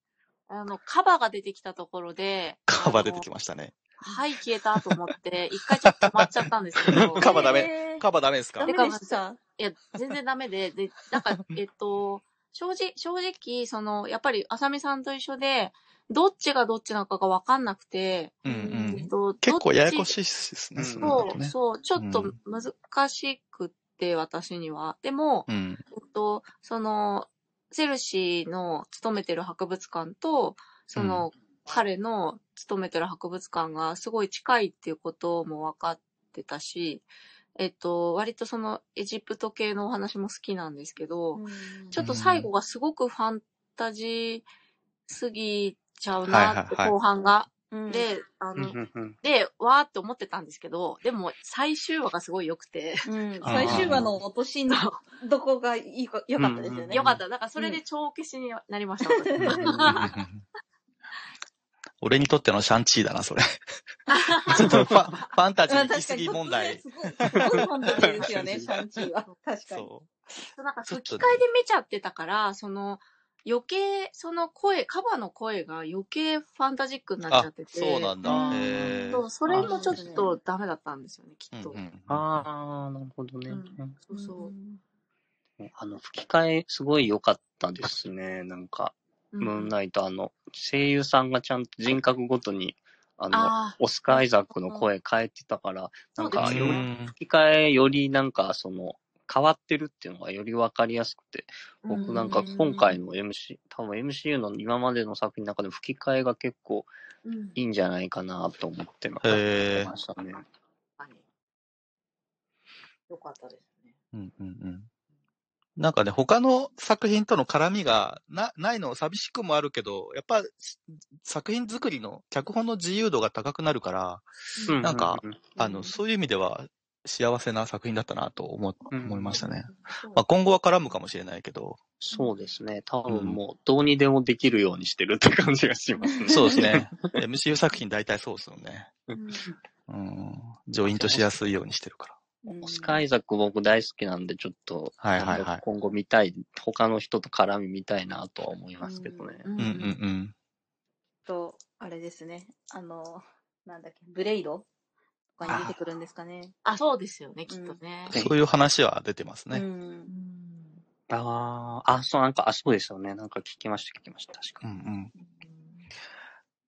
[SPEAKER 4] あの、カバが出てきたところで、
[SPEAKER 1] カバ出てき
[SPEAKER 4] ま
[SPEAKER 1] ましたね。
[SPEAKER 4] はい、消えたと思って、一回ちょっと止まっちゃったんですけど、
[SPEAKER 1] カバダメ
[SPEAKER 2] えー
[SPEAKER 1] カバダメですか
[SPEAKER 2] ダメでした。
[SPEAKER 4] いや、全然ダメで、で、なんか、えっと、正直、正直、その、やっぱり、あさみさんと一緒で、どっちがどっちなのかがわかんなくて、
[SPEAKER 1] うんう
[SPEAKER 4] えっ
[SPEAKER 1] ん。
[SPEAKER 4] と、
[SPEAKER 1] 結構ややこ
[SPEAKER 4] い
[SPEAKER 1] しいです
[SPEAKER 3] う
[SPEAKER 1] ね、
[SPEAKER 3] ん
[SPEAKER 1] それだ
[SPEAKER 4] そ
[SPEAKER 1] と
[SPEAKER 4] う、
[SPEAKER 1] ね。
[SPEAKER 4] そう、ちょっ
[SPEAKER 1] う
[SPEAKER 4] と
[SPEAKER 1] ん
[SPEAKER 4] 難しくって、私には。でも、
[SPEAKER 1] うん。
[SPEAKER 4] えっと、その、セルシーの勤めてる博物館と、その、彼の勤めてる博物館がすごい近いっていうことも分かってたし、えっと、割とそのエジプト系のお話も好きなんですけど、
[SPEAKER 2] うん
[SPEAKER 4] ちょっと最後がすごくファンタジーすぎちゃう
[SPEAKER 1] はいはい
[SPEAKER 4] な
[SPEAKER 1] はい
[SPEAKER 4] って、後半が。
[SPEAKER 2] うん
[SPEAKER 4] で、あ
[SPEAKER 3] うん
[SPEAKER 4] の、
[SPEAKER 3] うんうん
[SPEAKER 4] で、わーって思ってたんですけど、でも最終話がすごい良 くて、
[SPEAKER 2] うん最終話の落としのどこがいいか、良かったですよ
[SPEAKER 3] うん
[SPEAKER 2] ね。
[SPEAKER 4] 良かった。だからそれで帳消しになりました。私
[SPEAKER 1] うんうんうん俺にとってのシャンチーだな、それ。 ちょっとファファンタジー行き過ぎ問題。
[SPEAKER 2] うん確かにすごいすごい問題ですよね、シャンチーは。 確かに。
[SPEAKER 1] そ
[SPEAKER 4] なんか
[SPEAKER 1] ちょっ
[SPEAKER 4] 吹
[SPEAKER 1] と
[SPEAKER 4] き
[SPEAKER 1] ね
[SPEAKER 4] 替えで見ちゃってたから、その、余計、その声、カバの声が余計ファンタジックに
[SPEAKER 1] う。
[SPEAKER 4] なっちゃ
[SPEAKER 1] あ
[SPEAKER 4] って、て。
[SPEAKER 1] そうなんだ
[SPEAKER 2] う。ん
[SPEAKER 1] へー
[SPEAKER 4] そうそれもちょっ
[SPEAKER 2] あそう
[SPEAKER 4] とダメだったんですよね、きっと。
[SPEAKER 1] うんうん
[SPEAKER 3] ああ、なるほどね。
[SPEAKER 4] うそうそうう。
[SPEAKER 2] ん
[SPEAKER 3] あの、吹き替えすごい良かったですね。なんか、
[SPEAKER 4] うん
[SPEAKER 3] ムーンナイト、あの、声優さんがちゃんと人格ごとに、あの、
[SPEAKER 4] あ
[SPEAKER 3] オスカー・アイザックの声変えてたから、
[SPEAKER 4] うん
[SPEAKER 3] なん
[SPEAKER 1] う
[SPEAKER 3] か、
[SPEAKER 4] そう
[SPEAKER 3] よ
[SPEAKER 4] です
[SPEAKER 3] り
[SPEAKER 4] ね
[SPEAKER 1] ん
[SPEAKER 3] 吹き替えよりなんか、その、変わってるっていうのがよりわかりやすくて、
[SPEAKER 4] あ、
[SPEAKER 3] 僕なんか今回の MC、多分 MCU の今までの作品の中で吹き替えが結構
[SPEAKER 4] う
[SPEAKER 3] い
[SPEAKER 4] ん、
[SPEAKER 3] いんじゃないかなと思ってま
[SPEAKER 1] へー
[SPEAKER 3] したね。
[SPEAKER 4] 確かによかったですね。
[SPEAKER 1] うんうんうんなんかね、他の作品との絡みがなないの寂しくもあるけど、やっぱし作品作りの脚本の自由度が高くなるから、
[SPEAKER 3] う
[SPEAKER 1] なんか
[SPEAKER 3] う
[SPEAKER 1] あの、そういう意味では幸せな作品だったなと思,、
[SPEAKER 3] うん
[SPEAKER 1] 思いましたね。
[SPEAKER 4] そう
[SPEAKER 1] まあ、今後は絡むかもしれないけど、
[SPEAKER 3] そうですね。多分もうどうにでもできるようにしてるって感じがしますね。
[SPEAKER 1] そうですね。MCU 作品大体そうですよね。うん。ジョイントしやすいようにしてるから。
[SPEAKER 2] うん
[SPEAKER 3] オスカー・アイザック僕大好きなんで、ちょっと、
[SPEAKER 1] はいはいはい
[SPEAKER 3] なんか今後見たい、他の人と絡み見たいなとは思いますけどね。
[SPEAKER 4] うん
[SPEAKER 1] うんうんうん。
[SPEAKER 2] と、あれですね。あの、なんだっけ、ブレイドとかに出てくるんですかね。
[SPEAKER 4] あ、そうですよね、きっとね。
[SPEAKER 3] うん
[SPEAKER 1] そういう話は出てます
[SPEAKER 2] う
[SPEAKER 1] ね。
[SPEAKER 2] ん。
[SPEAKER 3] ああ、あ、そう、なんか、あ、そうですよね。なんか聞きました、聞きました。確
[SPEAKER 1] う
[SPEAKER 3] か
[SPEAKER 1] ん
[SPEAKER 3] に。
[SPEAKER 1] うん。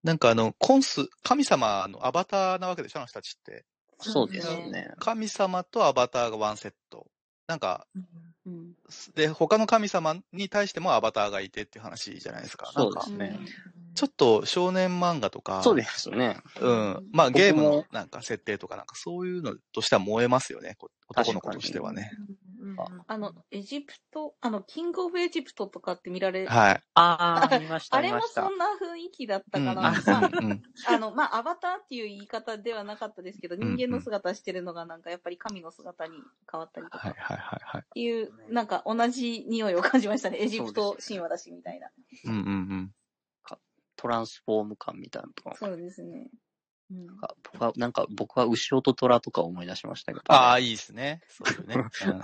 [SPEAKER 1] なんかあの、コンス、神様のアバターなわけでしょ、あの人たちって。
[SPEAKER 3] そうですね。
[SPEAKER 1] 神様とアバターがワンセット。なんか、
[SPEAKER 2] うん。
[SPEAKER 1] で、他の神様に対してもアバターがいてっていう話じゃないですか。なんか
[SPEAKER 3] そう、ですね
[SPEAKER 1] ちょっと少年漫画とか、
[SPEAKER 3] そうですね。
[SPEAKER 1] うん。まあゲーム
[SPEAKER 3] 僕
[SPEAKER 1] の
[SPEAKER 3] も
[SPEAKER 1] なんか設定とかなんかそういうのとしては燃えますよね。こ男の子としてはね。
[SPEAKER 2] あの、エジプト、あの、キングオブエジプトとかって見られ、
[SPEAKER 1] はい。
[SPEAKER 3] ああ、見ました、
[SPEAKER 2] あ
[SPEAKER 3] 見
[SPEAKER 2] れ
[SPEAKER 3] ま
[SPEAKER 2] も
[SPEAKER 3] し
[SPEAKER 2] そ
[SPEAKER 3] た。
[SPEAKER 2] んな雰囲気だった
[SPEAKER 1] うん
[SPEAKER 2] か
[SPEAKER 1] う
[SPEAKER 2] ら、
[SPEAKER 1] ん
[SPEAKER 2] まあ
[SPEAKER 1] うんうん
[SPEAKER 2] あの、まあ、アバターっていう言い方ではなかったですけど、
[SPEAKER 1] んうん
[SPEAKER 2] 人間の姿してるのがなんかやっぱり神の姿に変わったりと
[SPEAKER 1] は
[SPEAKER 2] か
[SPEAKER 1] いはいはいはい。
[SPEAKER 2] っていう、なんか同じ匂いを感じましたね。エジプ
[SPEAKER 3] そ
[SPEAKER 2] ト
[SPEAKER 3] うですね
[SPEAKER 2] 神話だしみたいな。
[SPEAKER 1] うんうんうん。
[SPEAKER 3] トランスフォーム感みたいなのとか。
[SPEAKER 2] そうですね。うん。
[SPEAKER 3] 僕は、なんか、僕は牛尾と虎とか思い出しましたけど。
[SPEAKER 1] ああ、いいですね。そういうね。うん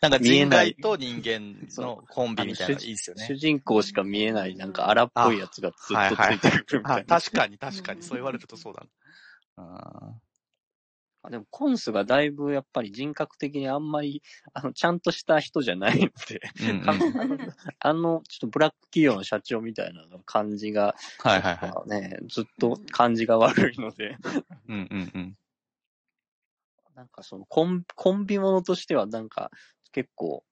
[SPEAKER 1] なんか
[SPEAKER 3] 見え
[SPEAKER 1] 人
[SPEAKER 3] ない
[SPEAKER 1] 外と人間のコンビみたいなのいいですよ
[SPEAKER 3] 主
[SPEAKER 1] ね。
[SPEAKER 3] 人公しか見えない、なんか荒っぽいやつがずっとついてくるみた
[SPEAKER 1] あ
[SPEAKER 3] いな。
[SPEAKER 1] 確かに確かに、そう言われるとそうだな。うん
[SPEAKER 3] あでも、コンスがだいぶやっぱり人格的にあんまり、あの、ちゃんとした人じゃ ないので、
[SPEAKER 1] うんうん
[SPEAKER 3] あの、あのちょっとブラック企業の社長みたいな感じが、
[SPEAKER 1] はいはいはい。
[SPEAKER 3] ね、ずっと感じが悪いので、
[SPEAKER 1] うんうんうん。
[SPEAKER 3] なんかそのコン、コンビものとしてはなんか、結構、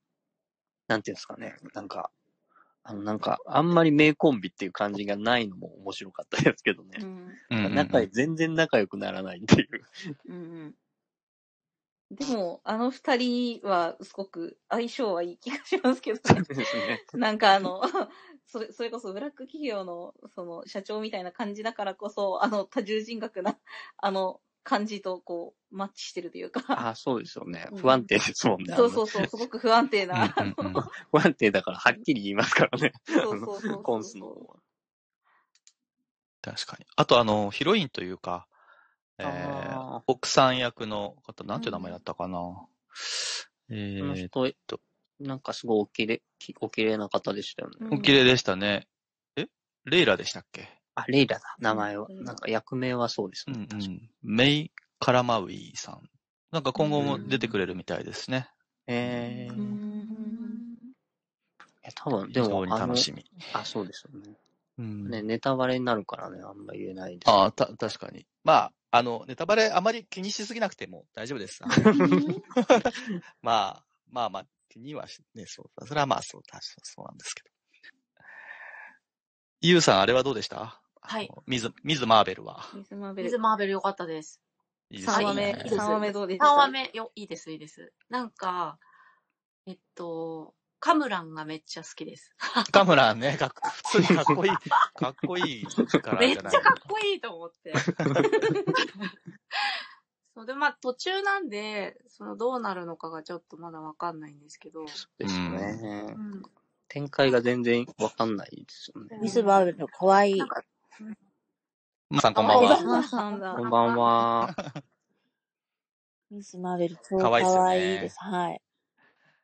[SPEAKER 3] なんていうんですかね、なんか、あの、なんか、あんまり名コンビっていう感じがないのも面白かったですけどね。
[SPEAKER 4] うん。
[SPEAKER 1] うんうんうん
[SPEAKER 3] 仲良い全然仲良くならな いっていう。
[SPEAKER 4] うん。
[SPEAKER 2] でも、あの二人はすごく相性はいい気がしま すけどね。
[SPEAKER 3] ですね。
[SPEAKER 2] なんかあの、 それ、それこそブラック企業の、その、社長みたいな感じだからこそ、あの、多重人格な、 あの、感じと、こう、マッチしてるというか。
[SPEAKER 3] あ、そうですよね
[SPEAKER 2] う。ん
[SPEAKER 3] 不安定ですもんね。。
[SPEAKER 2] そうそううそう、すごく不安定な。
[SPEAKER 1] うんうんうん
[SPEAKER 2] あの
[SPEAKER 3] 不安定だからはっきり言いますからね。
[SPEAKER 2] そうそうそうそう。
[SPEAKER 3] コンスの方は。
[SPEAKER 1] 確かに。あと、あの、ヒロインというか、えー、
[SPEAKER 3] あ
[SPEAKER 1] 奥さん役の方、なんていう名前だったかな。
[SPEAKER 3] ーこの
[SPEAKER 1] えー、
[SPEAKER 3] 人
[SPEAKER 1] と、
[SPEAKER 3] なんかすごいおきれ、きおきれいな方でしたよね。
[SPEAKER 2] うん
[SPEAKER 1] お綺麗でしたね。えレイラでしたっけ
[SPEAKER 3] あ、レイラだ。名前は。
[SPEAKER 2] うん
[SPEAKER 3] なんか役名はそうです
[SPEAKER 1] う
[SPEAKER 3] ね。
[SPEAKER 1] んう
[SPEAKER 3] 確か
[SPEAKER 1] ん。メイ・カラマウイさん。なんか今後も出てくれるみたいですね。
[SPEAKER 3] えー、
[SPEAKER 2] う
[SPEAKER 3] い
[SPEAKER 2] ん
[SPEAKER 3] や多分、
[SPEAKER 1] 非
[SPEAKER 3] でも
[SPEAKER 1] 常、に
[SPEAKER 3] あの
[SPEAKER 1] 楽、しみ。
[SPEAKER 3] あ、そうですよね。
[SPEAKER 1] うん
[SPEAKER 3] ね、ネタバレになるからね、あんま言えないです。
[SPEAKER 1] ああ、た、確かに。まあ、あの、ネタバレあまり気にしすぎなくても大丈夫です。あの まあ、まあまあ、気にはしね、そうだ。それはまあ、そうだ。そうなんですけど。ゆうさん、あれはどうでした
[SPEAKER 4] はい。
[SPEAKER 1] あのミズ、ミズ・マーベルは。
[SPEAKER 2] ミスマーベル
[SPEAKER 4] 水。マーベル良かったです。
[SPEAKER 1] いいです
[SPEAKER 2] 3
[SPEAKER 1] ね
[SPEAKER 2] 話目、
[SPEAKER 4] はい
[SPEAKER 2] 3話目どうでした
[SPEAKER 4] 3話。目、よ、いいです、いいです。なんか、えっと、カムランがめっちゃ好きです。
[SPEAKER 1] カムランね、かっこ、普通にかっこい い、かっこいいから
[SPEAKER 4] めっ
[SPEAKER 1] じ
[SPEAKER 4] ち
[SPEAKER 1] ゃ
[SPEAKER 4] ゃか
[SPEAKER 1] ない。
[SPEAKER 4] っこいいと思って。 そうで、まあ途中なんで、そのどうなるのかがちょっとまだわかんないんですけど、
[SPEAKER 3] そうですね。
[SPEAKER 4] うん、
[SPEAKER 3] 展開が全然わかんないですよね。
[SPEAKER 5] ミスバーベル、かわいい
[SPEAKER 4] なん。か、
[SPEAKER 1] まあさん、こんばん
[SPEAKER 4] か
[SPEAKER 1] は
[SPEAKER 4] わそい。う
[SPEAKER 2] あさんだ
[SPEAKER 3] こんばんは。
[SPEAKER 5] ミスマーベル、超
[SPEAKER 1] か
[SPEAKER 5] か
[SPEAKER 1] わいいっすよね
[SPEAKER 5] わいいです。はい。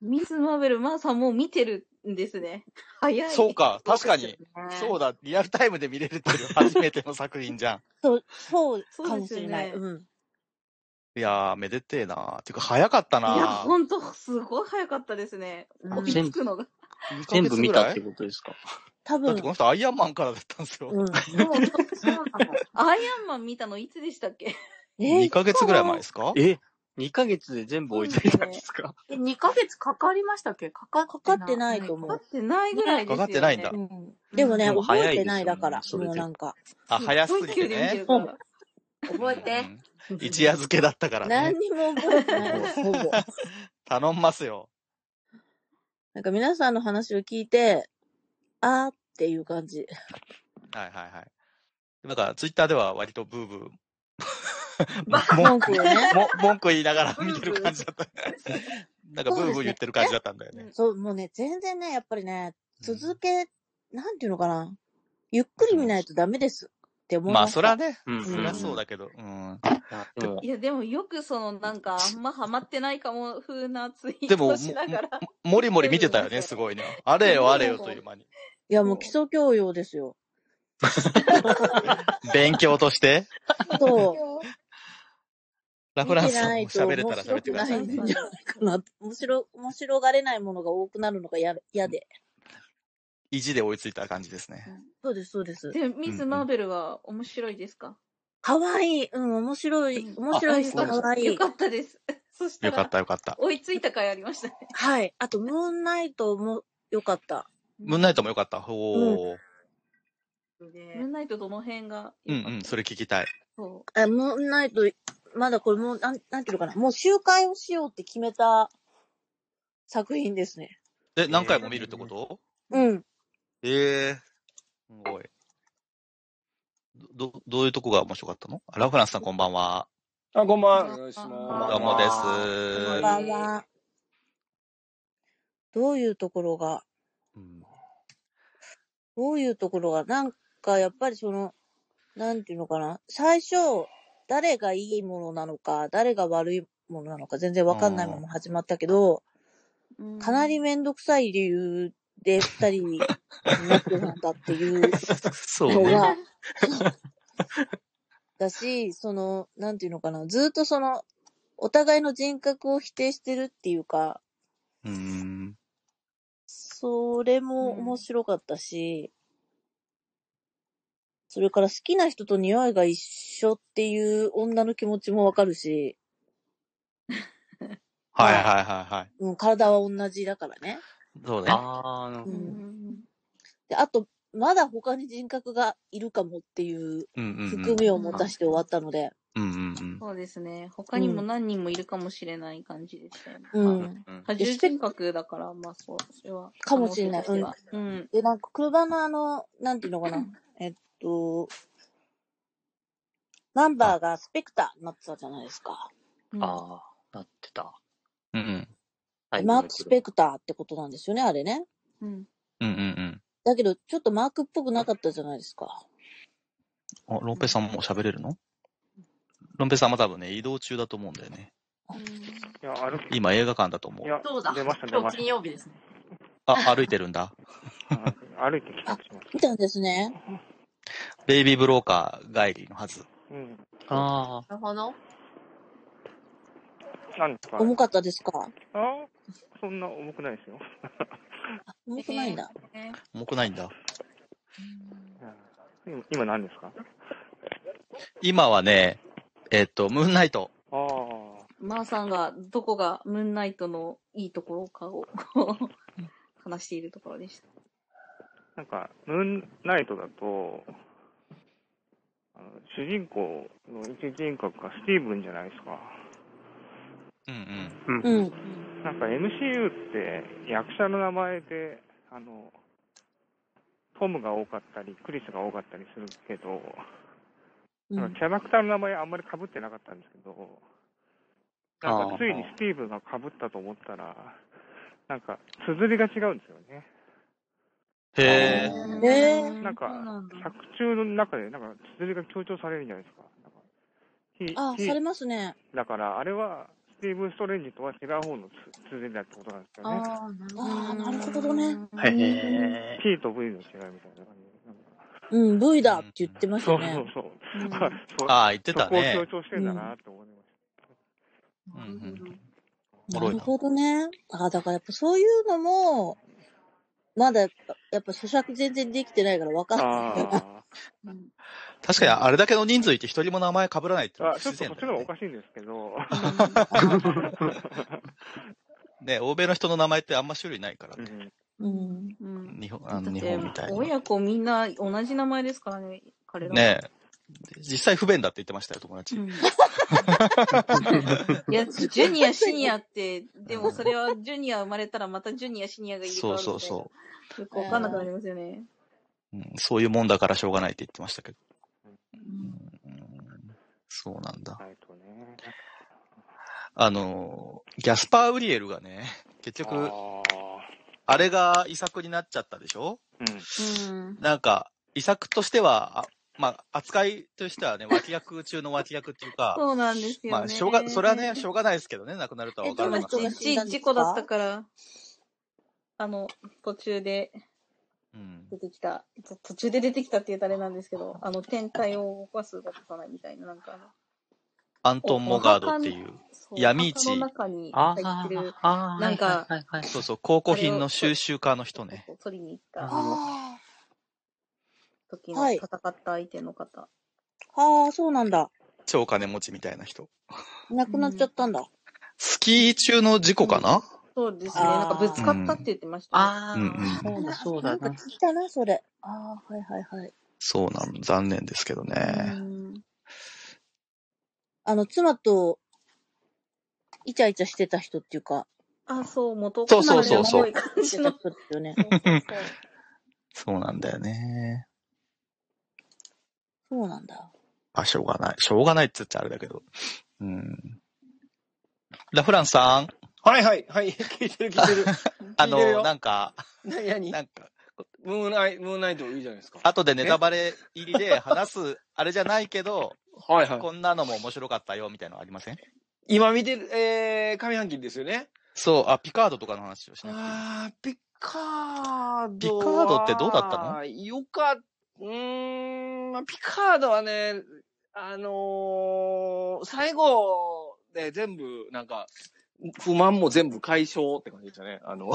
[SPEAKER 2] ミスマーベル、マーさんもう見てるんですね。早い。
[SPEAKER 1] そうか、確かに。そう
[SPEAKER 4] う
[SPEAKER 1] だ、リアルタイムで見れるっていう初めての作品じゃん。
[SPEAKER 5] そう、そう
[SPEAKER 2] そうですよね
[SPEAKER 5] かもしれない。うん。
[SPEAKER 1] いやー、めでてえなー。ていうか、早かった
[SPEAKER 2] い
[SPEAKER 1] なー。
[SPEAKER 2] や、ほんと、すごい早かったですね。
[SPEAKER 4] うん
[SPEAKER 2] 追いつくのが。
[SPEAKER 1] 2ヶ
[SPEAKER 3] 全
[SPEAKER 1] 月
[SPEAKER 3] 部
[SPEAKER 1] ぐ
[SPEAKER 3] 見
[SPEAKER 1] らい
[SPEAKER 3] たってことですか
[SPEAKER 5] 多
[SPEAKER 1] だって
[SPEAKER 5] 分
[SPEAKER 1] こ、の人アイアンマンからだったんですよ。
[SPEAKER 5] うん。
[SPEAKER 4] そうそうなの。
[SPEAKER 2] アイアンマン見たのいつでしたっけ
[SPEAKER 5] え
[SPEAKER 1] 2ヶ月ぐらい前ですか
[SPEAKER 3] え ?2 ヶ月で全部置いていたんですか
[SPEAKER 4] え、2ヶ月かかりましたっけかかって
[SPEAKER 5] かかってないと思
[SPEAKER 2] かか
[SPEAKER 5] う。
[SPEAKER 2] ってないぐらいで
[SPEAKER 1] か
[SPEAKER 2] すよ、ね。
[SPEAKER 1] かってないんだ
[SPEAKER 5] うん。でもね、
[SPEAKER 3] でも
[SPEAKER 5] 覚
[SPEAKER 3] 早い
[SPEAKER 5] え
[SPEAKER 3] ですよ
[SPEAKER 5] て
[SPEAKER 3] ね
[SPEAKER 5] ないだから、
[SPEAKER 3] それで
[SPEAKER 5] もうなんか。
[SPEAKER 1] あ、早すぎて
[SPEAKER 2] すっごい勢いで見て
[SPEAKER 1] ね
[SPEAKER 2] る。から。
[SPEAKER 4] 覚えて。
[SPEAKER 1] うん一夜漬けだったからね
[SPEAKER 5] 何。にも覚えてないです、ほぼ。
[SPEAKER 1] 頼んますよ。
[SPEAKER 5] なんか皆さんの話を聞いて、あーっていう感じ。
[SPEAKER 1] はいはいはい。なんか、ツイッターでは割とブーブ
[SPEAKER 4] バ
[SPEAKER 1] ー。
[SPEAKER 5] 文
[SPEAKER 1] 文
[SPEAKER 5] 句
[SPEAKER 1] 句
[SPEAKER 5] をね。
[SPEAKER 1] も文句言いながら見てる感じだった。なんかブーブー言ってる感じだったんだよね。
[SPEAKER 5] そう、もうね、全然ね、やっぱりね、続け、なんていうのかな。ゆっくり見ないとダメですって思い
[SPEAKER 1] まあ、
[SPEAKER 5] まし
[SPEAKER 1] そ
[SPEAKER 5] た。
[SPEAKER 1] りゃね、
[SPEAKER 3] うん
[SPEAKER 1] そりゃそうだけど。うん。
[SPEAKER 3] いやでも
[SPEAKER 2] いや、でもよくその、なんか、あんまハマってないかも、風なツイ
[SPEAKER 1] で
[SPEAKER 2] ート
[SPEAKER 1] も
[SPEAKER 2] をしながら。
[SPEAKER 1] もりもり見てたよね、すごいね。あれよあれよという間に。
[SPEAKER 5] いや、もう基礎教養ですよ。
[SPEAKER 1] 勉強として。
[SPEAKER 5] そう。
[SPEAKER 1] ラフランスさんも喋れたら喋ってください
[SPEAKER 5] 見
[SPEAKER 1] ね
[SPEAKER 5] てないと面白くないん。じゃないかな。面白、面白がれないものが多くなるのがや嫌で。
[SPEAKER 1] 意地で追いついた感じですね。
[SPEAKER 5] そうです、そうです。
[SPEAKER 2] で、ミス・マーベルは面白いですか、
[SPEAKER 5] かわいい。うん、面白い。
[SPEAKER 2] うん
[SPEAKER 5] 面白いし、
[SPEAKER 2] あ
[SPEAKER 5] かわい
[SPEAKER 2] よ
[SPEAKER 5] い
[SPEAKER 2] か。ったです。そした
[SPEAKER 1] よかっ
[SPEAKER 2] ら、
[SPEAKER 1] たよかった。
[SPEAKER 2] 追いついた回ありましたね。
[SPEAKER 5] はい。あと、ムーンナイトも良かった。
[SPEAKER 1] ムーンナイトもよかった。ほう。
[SPEAKER 2] ムーンナイトどの辺が
[SPEAKER 1] う
[SPEAKER 2] 良
[SPEAKER 1] ん
[SPEAKER 2] かった
[SPEAKER 1] うん、それ聞きたい。
[SPEAKER 2] そ
[SPEAKER 5] あムーンナイト、まだこれもう、なん、なんていうのかな。もう集会をしようって決めた作品ですね。
[SPEAKER 1] え、何回も見るってこと
[SPEAKER 5] うん。
[SPEAKER 1] ええすごい。ど、どどういうとこが面白かったのあラフランスさんこんばんは。
[SPEAKER 6] あ、こんばんは。お願いし
[SPEAKER 2] こんばん
[SPEAKER 6] ま
[SPEAKER 1] ど
[SPEAKER 6] す。
[SPEAKER 1] うもで
[SPEAKER 5] こ
[SPEAKER 1] す
[SPEAKER 5] ん。ばんは。どういうところが、
[SPEAKER 1] うん
[SPEAKER 5] どういうところが、なんかやっぱりその、なんていうのかな。最初、誰がいいものなのか、誰が悪いものなのか、全然わかんないまま始まったけど、
[SPEAKER 2] う。うん
[SPEAKER 5] かなり、めんどくさい理由で二人になってたんだっていう
[SPEAKER 1] そう
[SPEAKER 5] の
[SPEAKER 1] ね。
[SPEAKER 5] が、だし、その、なんていうのかな、ずっとその、お互いの人格を否定してるっていうか、
[SPEAKER 1] うーん。
[SPEAKER 5] それも
[SPEAKER 2] うん
[SPEAKER 5] 面白かったし、それから好きな人と匂いが一緒っていう女の気持ちもわかるし、
[SPEAKER 1] はいはいはいはい。
[SPEAKER 5] うん、体は同じだからね。
[SPEAKER 1] そうだね。
[SPEAKER 3] あー、
[SPEAKER 5] う。
[SPEAKER 4] うんん。
[SPEAKER 5] で、あと、まだ他に人格がいるかもっていう
[SPEAKER 1] うんうんうん。
[SPEAKER 5] 含みを持たして終わったので、
[SPEAKER 1] うんうん
[SPEAKER 2] そうですね。他にも何人もいるかもしれない感じでしたよね。
[SPEAKER 5] う
[SPEAKER 1] うん
[SPEAKER 5] ん。
[SPEAKER 1] うん。
[SPEAKER 2] 多重人格だから、まあそう、それは。
[SPEAKER 5] かもしれない
[SPEAKER 2] 可能性としてはうん。
[SPEAKER 5] で、なんか車のあの、なんていうのかな、えっと、ナンバーがスペクターになってたじゃないですか。
[SPEAKER 2] うん
[SPEAKER 3] あー、なってた。
[SPEAKER 1] うんうん。
[SPEAKER 3] はい
[SPEAKER 5] マーク・スペクターってことなんですよね、あれね。
[SPEAKER 2] うん。
[SPEAKER 1] うんうん
[SPEAKER 5] だけど、ちょっとマークっぽくなかったじゃないですか。
[SPEAKER 1] うん。あ、ロンペさんも喋れるのロンペさんも多分ね、移動中だと思うんだよね。
[SPEAKER 6] いや、歩き、
[SPEAKER 1] 今映画館だと思。
[SPEAKER 6] いうや、
[SPEAKER 4] そうだ。
[SPEAKER 6] 出ました、出
[SPEAKER 4] 今
[SPEAKER 6] ま
[SPEAKER 4] 日
[SPEAKER 6] し
[SPEAKER 4] 金曜日ですね。
[SPEAKER 1] あ、歩いてるんだ。
[SPEAKER 6] た。うん歩いて帰宅しまし
[SPEAKER 5] 見たんですね。
[SPEAKER 1] ベイビーブローカー帰りのはず。
[SPEAKER 6] た。うん。
[SPEAKER 3] あ
[SPEAKER 4] なるほど。
[SPEAKER 6] なんですかね
[SPEAKER 5] 重かったですか
[SPEAKER 6] あそんな重くないですよ。
[SPEAKER 5] 重くないんだ。
[SPEAKER 2] ね
[SPEAKER 1] 重くないんだ。
[SPEAKER 6] うん今今何ですか
[SPEAKER 1] 今はね、えっと、ムーンナイト。
[SPEAKER 6] ああ。
[SPEAKER 2] まーさんが、どこがムーンナイトのいいところかを、こう話しているところでした。
[SPEAKER 6] なんか、ムーンナイトだと、あの主人公の一人格がスティーブンじゃないですか。
[SPEAKER 1] うんうん。
[SPEAKER 3] ー、うん。
[SPEAKER 5] うん。
[SPEAKER 6] なんか MCU って役者の名前で、あの、トムが多かったり、クリスが多かったりするけど、
[SPEAKER 5] う
[SPEAKER 6] なん
[SPEAKER 5] ん
[SPEAKER 6] かキャラクターの名前あんまり被ってなかったんですけど、なんかついにスティーブンが被ったと思ったら、なんか、綴りが違うんですよね。
[SPEAKER 1] へ
[SPEAKER 5] ー
[SPEAKER 4] うん
[SPEAKER 5] え
[SPEAKER 4] うん
[SPEAKER 6] なんか
[SPEAKER 4] そうなんだ
[SPEAKER 6] 作中の中で、なんか、綴りが強調されるじゃないですか。なんかひ
[SPEAKER 5] あ、
[SPEAKER 6] ひ
[SPEAKER 5] されますね。
[SPEAKER 6] だから、あれは、スティーブン・ストレンジとは違う方のつ綴りだってことなんですよね。
[SPEAKER 4] あ
[SPEAKER 5] あ
[SPEAKER 4] あ、
[SPEAKER 5] ーな
[SPEAKER 4] な
[SPEAKER 5] る
[SPEAKER 4] る
[SPEAKER 5] ほ
[SPEAKER 4] ほ
[SPEAKER 5] ど
[SPEAKER 4] ど
[SPEAKER 5] ね
[SPEAKER 4] ね。
[SPEAKER 3] へ
[SPEAKER 6] P と V の違いみたいな感じ。なんか
[SPEAKER 5] うん、V だって言ってました
[SPEAKER 6] そう
[SPEAKER 5] ね。
[SPEAKER 6] そうそう。
[SPEAKER 4] うん
[SPEAKER 6] まあそう
[SPEAKER 1] ああ、言って
[SPEAKER 6] そ
[SPEAKER 1] た
[SPEAKER 6] こを強
[SPEAKER 1] ね。
[SPEAKER 6] 調してんだなって思いまし
[SPEAKER 1] うんうん
[SPEAKER 5] な
[SPEAKER 1] おもろい
[SPEAKER 5] る
[SPEAKER 1] な
[SPEAKER 5] ほどね。あ、だからやっぱそういうのも、まだやっぱ、やっぱ咀嚼全然できてないから分かん
[SPEAKER 6] た。
[SPEAKER 5] ない
[SPEAKER 6] ああ。
[SPEAKER 1] 確かにあれだけの人数いて一人も名前被らないってのは
[SPEAKER 6] あ
[SPEAKER 1] 不
[SPEAKER 6] ちょっ
[SPEAKER 1] 自然
[SPEAKER 6] とそっ
[SPEAKER 1] だ
[SPEAKER 6] ちの方
[SPEAKER 1] よ
[SPEAKER 6] がお
[SPEAKER 1] ね。
[SPEAKER 6] かしいんですけど、
[SPEAKER 1] ね、欧米の人の名前ってあんま種類ないから
[SPEAKER 6] う
[SPEAKER 1] ね。
[SPEAKER 6] ん
[SPEAKER 5] うん。
[SPEAKER 2] うん。
[SPEAKER 1] 日本、
[SPEAKER 2] だ
[SPEAKER 1] あ
[SPEAKER 2] っ
[SPEAKER 1] の日
[SPEAKER 2] て
[SPEAKER 1] 本みたい、に。
[SPEAKER 2] 親子みんな同じ名前ですからね、彼らは。
[SPEAKER 1] ね実際不便だって言ってましたよ、友達。
[SPEAKER 2] いや、ジュニア、シニアって、でもそれはジュニア生まれたらまたジュニア、シニアがいる。
[SPEAKER 1] そうそうそう
[SPEAKER 2] よくわかんなくなりますよね。
[SPEAKER 1] う、うん。そういうもんだからしょうがないって言ってましたけど。
[SPEAKER 2] うん
[SPEAKER 1] うんそうなんだ。
[SPEAKER 6] ないとね。
[SPEAKER 1] あの、ギャスパー・ウリエルがね、結
[SPEAKER 6] あ
[SPEAKER 1] 局、あれが遺作になっちゃったでしょ
[SPEAKER 6] ーうん
[SPEAKER 4] うん。
[SPEAKER 1] なんか、遺作としては、あまあ、扱いとしてはね、脇役中の脇役っていうか、
[SPEAKER 2] そうなんですよね。
[SPEAKER 1] まあ、しょうが、それはね、しょうがないですけどね、亡くなるとは分からなかった
[SPEAKER 5] えどんな
[SPEAKER 1] で
[SPEAKER 5] 人
[SPEAKER 1] す
[SPEAKER 5] が。
[SPEAKER 2] ち事故だったから、あの、途中で
[SPEAKER 1] うん
[SPEAKER 2] 出てきた、と途中で出てきたって言うとあれなんですけど、あの、天体を動かす、動かさないみたいな、なんかあの、
[SPEAKER 1] アントン・モガードっていう、
[SPEAKER 2] そう
[SPEAKER 1] 闇市
[SPEAKER 2] お墓の中に
[SPEAKER 3] あ
[SPEAKER 2] 入ってる
[SPEAKER 3] ー、あー、
[SPEAKER 2] なんか
[SPEAKER 3] はいはいはいはい
[SPEAKER 1] そうそう、高古品の収集家の人ね。
[SPEAKER 2] 取りに行った
[SPEAKER 5] あ
[SPEAKER 2] 時の
[SPEAKER 5] はい
[SPEAKER 2] 戦った相手の方。
[SPEAKER 5] あ、ああ、そうなんだ。
[SPEAKER 1] 超金持ちみたいな人。
[SPEAKER 5] なくなっちゃったんだ。
[SPEAKER 1] スキー中の事故かな、
[SPEAKER 2] そうですね。
[SPEAKER 5] あー
[SPEAKER 2] なんかぶつかったって言ってました、ね。
[SPEAKER 3] あ
[SPEAKER 1] うんうん
[SPEAKER 3] ー、そうだそう
[SPEAKER 5] な
[SPEAKER 3] だ
[SPEAKER 5] んか
[SPEAKER 3] な。
[SPEAKER 5] 聞いたな、それ。ああ、はいはいはい。
[SPEAKER 1] そうなの、残念ですけどね。
[SPEAKER 2] うん
[SPEAKER 5] あの、妻と、イチャイチャしてた人っていうか、
[SPEAKER 2] あ、そう、元
[SPEAKER 1] そうそうそうそう
[SPEAKER 2] 妻の名前っぽい感
[SPEAKER 5] し
[SPEAKER 2] じ
[SPEAKER 5] てた
[SPEAKER 2] の。
[SPEAKER 5] 人ですよね。
[SPEAKER 2] そう そうそう
[SPEAKER 1] そうなんだよね。
[SPEAKER 5] そうなんだ。
[SPEAKER 1] あ、しょうがない。しょうがないっつっちゃあれだけど。うん。ラフランスさん、
[SPEAKER 7] はいはいはい、聞いてる聞いてる。
[SPEAKER 1] あ
[SPEAKER 7] 聞いてる
[SPEAKER 1] の、
[SPEAKER 7] よ
[SPEAKER 1] なんか、
[SPEAKER 7] な何
[SPEAKER 1] なんか、
[SPEAKER 7] ムーンナイムーンナイトいいじゃないですか。
[SPEAKER 1] 後でネタバレ入りで話す、あれじゃないけど、
[SPEAKER 7] はいは
[SPEAKER 1] こんなのも面白かったよ、みたいなのありません
[SPEAKER 7] い。今見てる、えー、上半期ですよね。
[SPEAKER 1] そう、あ、ピカードとかの話をしなくていい。
[SPEAKER 7] あー、ピカード。
[SPEAKER 1] ピカードってどうだったの
[SPEAKER 7] よかっ、うーん、まあピカードはね、あのー、最後えー全部、なんか、不満も全部解消 って感じでしたね。あの、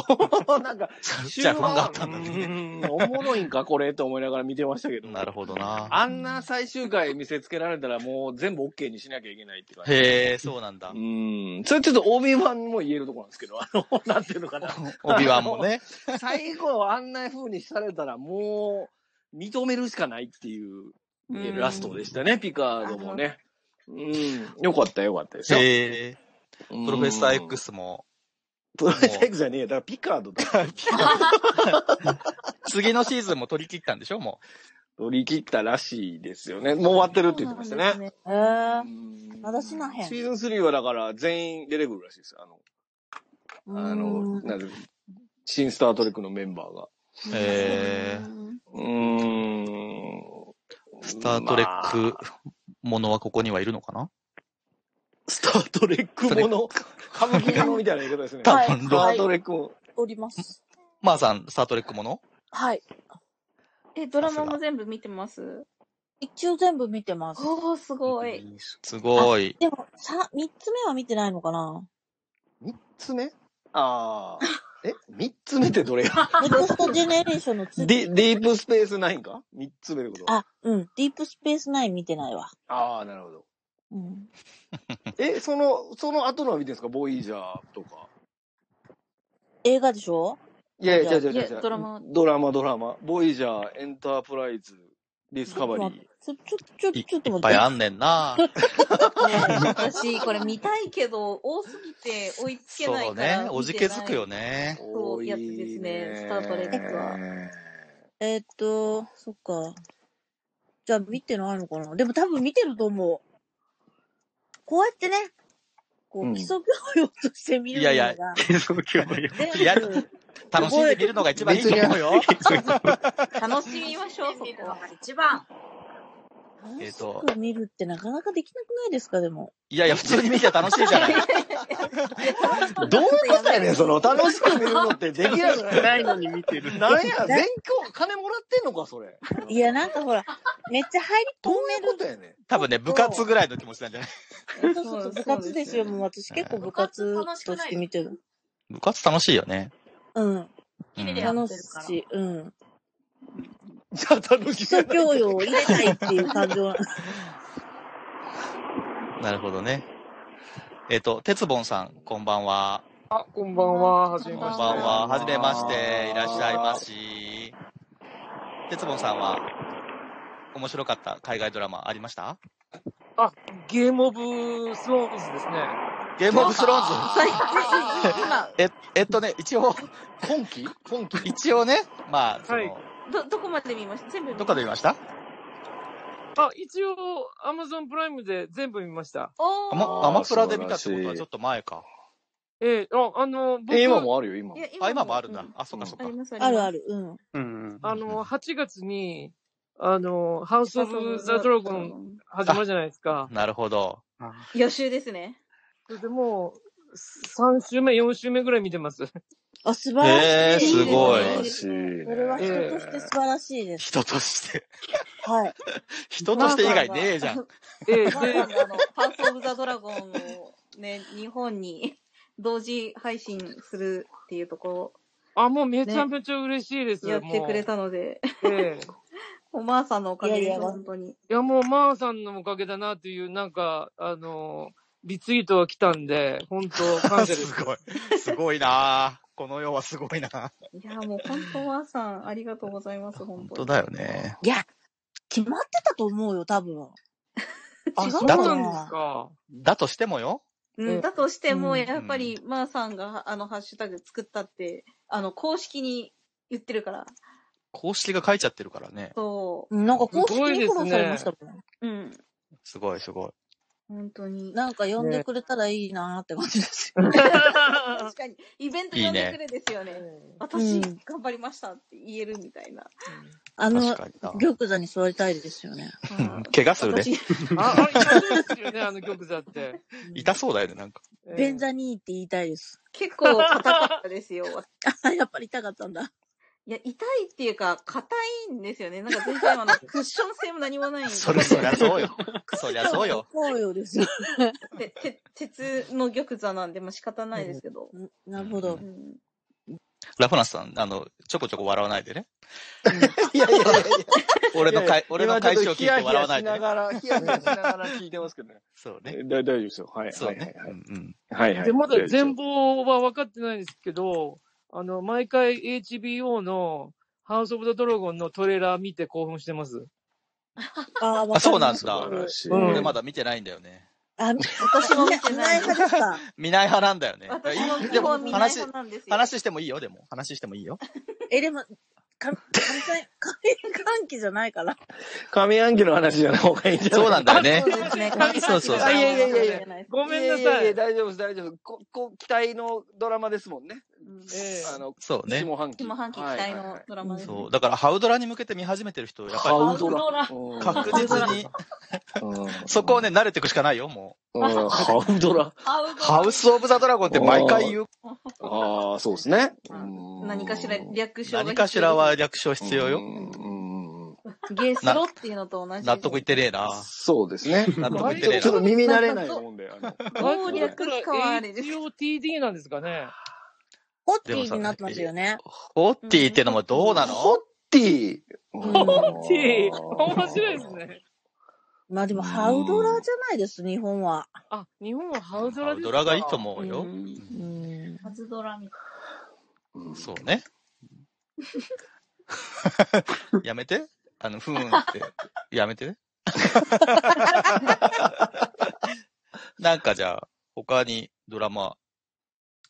[SPEAKER 7] なんか、
[SPEAKER 1] じゃあ不満があったんだ
[SPEAKER 7] う
[SPEAKER 1] ね。
[SPEAKER 7] ーんおもろいんか、これと思いながら見てましたけど。
[SPEAKER 1] なるほどな。
[SPEAKER 7] あんな最終回見せつけられたらもう全部 OK にしなきゃいけないって感じ。
[SPEAKER 1] へえ、そうなんだ
[SPEAKER 7] う。ん。それちょっと帯版も言えるところなんですけど、あの、なんていうのかな。
[SPEAKER 1] 帯ワンもね。
[SPEAKER 7] 最後あんな風にされたらもう認めるしかないっていう
[SPEAKER 4] うん
[SPEAKER 7] ラストでしたね、ピカードもね。うん。よかったよかったですよ。
[SPEAKER 1] へえ、
[SPEAKER 7] うん
[SPEAKER 1] プロフェッサー。X も、
[SPEAKER 7] プロフェッサー X じゃねえよ。だからピカー ドだ。
[SPEAKER 1] 次のシーズンも取り切ったんでしょも
[SPEAKER 7] 取り切ったらしいですよね。もう終わってるって言ってましたね。
[SPEAKER 5] えー、
[SPEAKER 7] うん
[SPEAKER 5] まだしなへん
[SPEAKER 7] シーズン3はだから全員出てくるらしいですよ。あの、あの、
[SPEAKER 4] うん
[SPEAKER 7] なんで、新スタートレックのメンバーが。
[SPEAKER 1] う。へえ、
[SPEAKER 7] うーん。
[SPEAKER 1] スタートレッ
[SPEAKER 7] ま
[SPEAKER 1] ク
[SPEAKER 7] あ
[SPEAKER 1] ものはここにはいるのかな
[SPEAKER 7] スタートレックもの、歌舞伎ものみたいな言い方ですね。
[SPEAKER 1] 多
[SPEAKER 5] はい
[SPEAKER 1] 分
[SPEAKER 7] スタ
[SPEAKER 1] ロ
[SPEAKER 7] ートレックもの。
[SPEAKER 5] おります。
[SPEAKER 1] マーさん、スタートレックもの
[SPEAKER 5] はい。
[SPEAKER 2] え、ドラマも全部見てます
[SPEAKER 5] 一応全部見てます。
[SPEAKER 2] おー、すごい。
[SPEAKER 1] すごい。
[SPEAKER 5] でも、さ、三つ目は見てないのかな
[SPEAKER 7] 三つ目ああ。え三つ目ってど れや
[SPEAKER 5] ネクストジェネレーションの次。
[SPEAKER 7] ディディープスペースナインか三つ目ってこと
[SPEAKER 5] あ、うん。ディープスペースナイン見てないわ。
[SPEAKER 7] ああ、なるほど。
[SPEAKER 5] うん。
[SPEAKER 7] え、その、その後のは見てるんですかボイジャーとか。
[SPEAKER 5] 映画でしょ
[SPEAKER 7] いやいや、違う違う
[SPEAKER 2] いや
[SPEAKER 7] 違う。
[SPEAKER 2] ドラマ
[SPEAKER 7] ドラマ、ドラマ。ボイジャー、エンタープライズ、ディスカバリー。
[SPEAKER 5] ちょ、ちょ、ちょ、
[SPEAKER 1] いい
[SPEAKER 5] ちょっと
[SPEAKER 1] っ
[SPEAKER 5] 待っ
[SPEAKER 1] ぱい
[SPEAKER 5] て。
[SPEAKER 1] あんねんな。
[SPEAKER 2] ね私、これ見たいけど、多すぎて追いつけな
[SPEAKER 1] そ
[SPEAKER 2] いうから。
[SPEAKER 1] ね。おじけづくよ
[SPEAKER 2] ね。
[SPEAKER 1] ね。
[SPEAKER 2] そうやつですねスタートレックは
[SPEAKER 5] えーっと、そっか。じゃあ見てないのかなでも多分見てると思う。こうやってね、こ
[SPEAKER 7] うん
[SPEAKER 5] う、基礎教養として見るの
[SPEAKER 1] いやい
[SPEAKER 5] が、全部
[SPEAKER 1] や楽しんで見るのが一番いいと思う よ。
[SPEAKER 2] 楽しみましょう、そこは。
[SPEAKER 8] 一番。
[SPEAKER 1] え
[SPEAKER 5] 楽
[SPEAKER 1] ー
[SPEAKER 5] し
[SPEAKER 1] と
[SPEAKER 5] く見るってなかなかできなくないですか、でも。
[SPEAKER 1] いやいや、普通に見て楽しいじゃない。
[SPEAKER 7] どういうことやね ん、その、楽しく見るのってできなくない。
[SPEAKER 3] ないのに見てる。
[SPEAKER 7] なんや、全教、金もらってんのか、それ。
[SPEAKER 5] いや、なんかほら、めっちゃ入り
[SPEAKER 7] どう
[SPEAKER 5] 込
[SPEAKER 7] いうことやね
[SPEAKER 1] 多分ね、部活ぐらいの気持ちなんじゃない
[SPEAKER 5] め、そうそうそう、部活です
[SPEAKER 2] そうです
[SPEAKER 5] よ。
[SPEAKER 2] よね
[SPEAKER 5] もう私結構部活として見てる。
[SPEAKER 1] 部活楽しいよね。
[SPEAKER 5] うん。
[SPEAKER 1] うん
[SPEAKER 8] 綺麗や
[SPEAKER 5] 楽
[SPEAKER 8] ってるから
[SPEAKER 5] しい。うん。
[SPEAKER 7] ん。じゃあ楽
[SPEAKER 5] 基
[SPEAKER 7] し
[SPEAKER 5] 礎
[SPEAKER 7] くない。
[SPEAKER 5] 教養を入れたいっていう感情。
[SPEAKER 1] なるほどね。えっ、と、鉄ぼんさん、こんばんは。
[SPEAKER 9] あ、こんばんは。はじ
[SPEAKER 1] こ
[SPEAKER 9] め
[SPEAKER 1] ん
[SPEAKER 9] ま
[SPEAKER 1] ば
[SPEAKER 9] し
[SPEAKER 1] ん
[SPEAKER 9] て。
[SPEAKER 1] は。はじめまして。いらっしゃいまし。鉄ぼんさんは、面白かった海外ドラマありました
[SPEAKER 9] あ、ゲームオブスローンズですね。
[SPEAKER 1] ゲームオブスローンズ。
[SPEAKER 2] 最近今、
[SPEAKER 1] え、えっとね、一応、
[SPEAKER 7] 今期今期
[SPEAKER 1] 一応ね、まあ、その、
[SPEAKER 2] ど、どこまで見ました全部見
[SPEAKER 1] どっ
[SPEAKER 2] ま
[SPEAKER 1] か
[SPEAKER 2] した
[SPEAKER 1] で見ました
[SPEAKER 9] あ、一応、アマゾンプライムで全部見ました。
[SPEAKER 2] お
[SPEAKER 1] ア
[SPEAKER 2] ー
[SPEAKER 1] マアマプラで見たってこと
[SPEAKER 7] 素晴ら
[SPEAKER 1] は
[SPEAKER 7] しい
[SPEAKER 1] ちょっと前か。
[SPEAKER 9] えーあ、あの、僕、
[SPEAKER 7] え、今もあるよ、今
[SPEAKER 2] い
[SPEAKER 7] も
[SPEAKER 2] や。
[SPEAKER 1] あ、今もあるんだ
[SPEAKER 2] う。
[SPEAKER 1] あ、そっかそっ
[SPEAKER 2] あ
[SPEAKER 1] か
[SPEAKER 2] り。ます、
[SPEAKER 5] あるあ
[SPEAKER 2] る。
[SPEAKER 5] る。うん。
[SPEAKER 3] うん。
[SPEAKER 9] あの、8月に、あの、ハウス・オブ・ザ・ドラゴン始まるじゃないですか。
[SPEAKER 1] なるほど。
[SPEAKER 2] 予習ですね。
[SPEAKER 9] それでもう、3週目、4週目ぐらい見てます。
[SPEAKER 5] あ、素晴らしい。
[SPEAKER 1] えーすごい
[SPEAKER 5] いい
[SPEAKER 7] ら
[SPEAKER 5] ですね
[SPEAKER 7] しいね。
[SPEAKER 5] それは人として素晴らしいです。
[SPEAKER 1] 人と して。
[SPEAKER 5] はい。
[SPEAKER 1] 人として以外ねえじゃん。。
[SPEAKER 9] え
[SPEAKER 2] ま
[SPEAKER 9] ー
[SPEAKER 2] あ
[SPEAKER 9] で、
[SPEAKER 2] あの、パースオブザドラゴンをね、日本に同時配信するっていうとこ
[SPEAKER 9] あ、もうめちゃめちゃ嬉しいです。
[SPEAKER 2] ろやってくれ
[SPEAKER 9] も
[SPEAKER 2] たので、
[SPEAKER 9] う。えー
[SPEAKER 2] おまーさんのおかげ
[SPEAKER 5] いや
[SPEAKER 2] で
[SPEAKER 5] いや
[SPEAKER 2] 本当に。
[SPEAKER 9] いや、もう、まーさんのおかげだなという、なんか、あの、リツイートが来たんで、本当感 謝です
[SPEAKER 1] ごい。すごいなぁこの世はすごいなぁ
[SPEAKER 2] いや、もう本当まーさん、ありがとうございます、本
[SPEAKER 1] 本
[SPEAKER 2] 当
[SPEAKER 1] 当
[SPEAKER 2] に。
[SPEAKER 1] だよね。
[SPEAKER 5] いや、決まってたと思うよ、多分。
[SPEAKER 9] あ、
[SPEAKER 5] 違
[SPEAKER 9] そうう
[SPEAKER 5] か
[SPEAKER 9] なんです
[SPEAKER 5] な。
[SPEAKER 9] か。
[SPEAKER 1] だとしてもよ。
[SPEAKER 2] うん、だとしても、
[SPEAKER 5] うん
[SPEAKER 2] やっぱり、まーさんが、あの、ハッシュタグ作ったって、あの、公式に言ってるから、
[SPEAKER 1] 公式が書いちゃってるからね。
[SPEAKER 2] そ
[SPEAKER 5] うんなんか公式
[SPEAKER 9] すご
[SPEAKER 5] に
[SPEAKER 9] いで
[SPEAKER 5] フ
[SPEAKER 9] す
[SPEAKER 5] ォ
[SPEAKER 9] ね
[SPEAKER 5] ローされましたもん。
[SPEAKER 2] う、うん、
[SPEAKER 1] すごいすごい。
[SPEAKER 2] 本当 に。
[SPEAKER 5] なんか呼んでくれたらいいなーって感じですよ。
[SPEAKER 2] 確かに、イベント呼んでくれですよね。
[SPEAKER 5] う
[SPEAKER 2] 私
[SPEAKER 5] ん、
[SPEAKER 2] 頑張りましたって言えるみたいな。
[SPEAKER 5] あ
[SPEAKER 1] 確
[SPEAKER 5] の、
[SPEAKER 1] かにな。
[SPEAKER 5] 玉座に座りたいですよね。
[SPEAKER 1] うん怪我するね。
[SPEAKER 2] 私
[SPEAKER 9] あ、あ、痛そうですよね、あの曲だって。
[SPEAKER 1] 痛そうだよね、なんか。
[SPEAKER 9] えー
[SPEAKER 5] 便座にーって言いたいです。
[SPEAKER 2] 結構硬かったですよ。
[SPEAKER 5] あ、やっぱり痛かったんだ。
[SPEAKER 2] いや、痛いっていうか、硬いんですよね。なんか全 然あの、クッション性も何もないんで。
[SPEAKER 1] それそりゃそう よ。そりゃそうよ。
[SPEAKER 5] そうよですよ。
[SPEAKER 2] てて鉄の玉座なんで、まあ仕方ないですけど。
[SPEAKER 5] んなるほど
[SPEAKER 2] う。ん、
[SPEAKER 1] ラフナスさん、あの、ちょこちょこ笑わないでね。
[SPEAKER 7] いやいやいやいや。
[SPEAKER 1] 俺の
[SPEAKER 7] いやい
[SPEAKER 1] 会、俺の会長聞いて笑わないで
[SPEAKER 7] やちょ
[SPEAKER 1] ね。
[SPEAKER 7] っとヒヤヒヤしながら、ヒヤヒヤしながら聞いてますけどね。
[SPEAKER 1] そうね。
[SPEAKER 7] だ大丈夫ですよ。はい。
[SPEAKER 1] そう
[SPEAKER 7] はい
[SPEAKER 1] ね。
[SPEAKER 7] は
[SPEAKER 1] う
[SPEAKER 7] い
[SPEAKER 1] んうん。
[SPEAKER 7] はい。はいはい
[SPEAKER 9] で、まだ全
[SPEAKER 7] 部。
[SPEAKER 9] 貌は分かってないんですけど、あの、毎回 HBO のハウス・オブ・ザ・ドラゴンのトレーラー見て興奮してます。
[SPEAKER 5] あー
[SPEAKER 1] あ、そうなん
[SPEAKER 5] わかります
[SPEAKER 1] だ。
[SPEAKER 7] 素晴らしい。
[SPEAKER 9] うん
[SPEAKER 1] 俺まだ見てないんだよね。
[SPEAKER 5] あ、私も見てな い派ですか。
[SPEAKER 1] 見ない派なんだよね。
[SPEAKER 2] 私
[SPEAKER 1] いや
[SPEAKER 2] の
[SPEAKER 1] いい
[SPEAKER 2] 基
[SPEAKER 1] でも
[SPEAKER 2] 本見ない
[SPEAKER 1] 話
[SPEAKER 2] 派、なんですよ。
[SPEAKER 1] 話してもいいよ、でも。話してもいいよ。
[SPEAKER 5] え、でも、か、感染、感染期じゃないから。
[SPEAKER 7] 上半期の話じゃない方がいいんじゃない
[SPEAKER 1] そうなんだよね
[SPEAKER 2] そう。ですね。
[SPEAKER 1] そうそう
[SPEAKER 2] 感じが
[SPEAKER 7] いやいやいやいや
[SPEAKER 2] ないや。
[SPEAKER 9] ごめんない
[SPEAKER 7] や
[SPEAKER 9] さ
[SPEAKER 7] いや
[SPEAKER 9] い。
[SPEAKER 7] 大丈夫です、大丈夫です。こ、こ、期待のドラマですもんね。
[SPEAKER 2] うん
[SPEAKER 9] え
[SPEAKER 7] あの、
[SPEAKER 1] そうね。
[SPEAKER 7] 下半期。
[SPEAKER 2] 下半期期
[SPEAKER 7] はい
[SPEAKER 2] 待
[SPEAKER 7] はいは
[SPEAKER 2] の
[SPEAKER 7] い
[SPEAKER 2] ドラマですね。
[SPEAKER 1] そう。だから、ハウドラに向けて見始めてる人、やっぱ
[SPEAKER 7] ハウドラ
[SPEAKER 1] り
[SPEAKER 7] うん
[SPEAKER 1] 確実に、
[SPEAKER 7] うん
[SPEAKER 1] そこをね、、慣れていくしかないよ、も
[SPEAKER 7] うんハウドラ。
[SPEAKER 2] ハウド
[SPEAKER 1] う。ハウス・オブ・ザ・ドラゴンって毎回言う。
[SPEAKER 7] ああ、そうですね。うん
[SPEAKER 2] 何かしら略称が必要
[SPEAKER 1] 何かしらは略称必要
[SPEAKER 7] う
[SPEAKER 1] よ。
[SPEAKER 7] んうんうん
[SPEAKER 2] ゲースロっていうのと同じ。
[SPEAKER 1] 納得いってねえな。
[SPEAKER 7] そうですね。
[SPEAKER 1] 納得いって
[SPEAKER 7] ち
[SPEAKER 1] ね
[SPEAKER 7] ょ
[SPEAKER 1] え
[SPEAKER 7] ちょっ
[SPEAKER 1] な。
[SPEAKER 7] と耳慣れないもんで。あの
[SPEAKER 2] どう略
[SPEAKER 9] これ
[SPEAKER 2] すかはあれです。
[SPEAKER 9] HOTD なんですかね。
[SPEAKER 5] ホッティーになってますよね。
[SPEAKER 1] ホッティってのもどうなの
[SPEAKER 7] ホッティ
[SPEAKER 5] ん
[SPEAKER 9] ホッティ面白いです。ね。
[SPEAKER 5] まあでも、ハウドラーじゃないです、日本は。
[SPEAKER 9] あ、日本はハウドラ
[SPEAKER 1] ハ
[SPEAKER 9] で
[SPEAKER 1] ウ
[SPEAKER 9] す
[SPEAKER 1] ド
[SPEAKER 9] か
[SPEAKER 1] ラがいいと思うよ。
[SPEAKER 5] うん。
[SPEAKER 2] 初ドラみたい
[SPEAKER 7] うん
[SPEAKER 1] そうね。 やめて。あの、ふーんって。やめて ね。なんかじゃあ、他にドラマ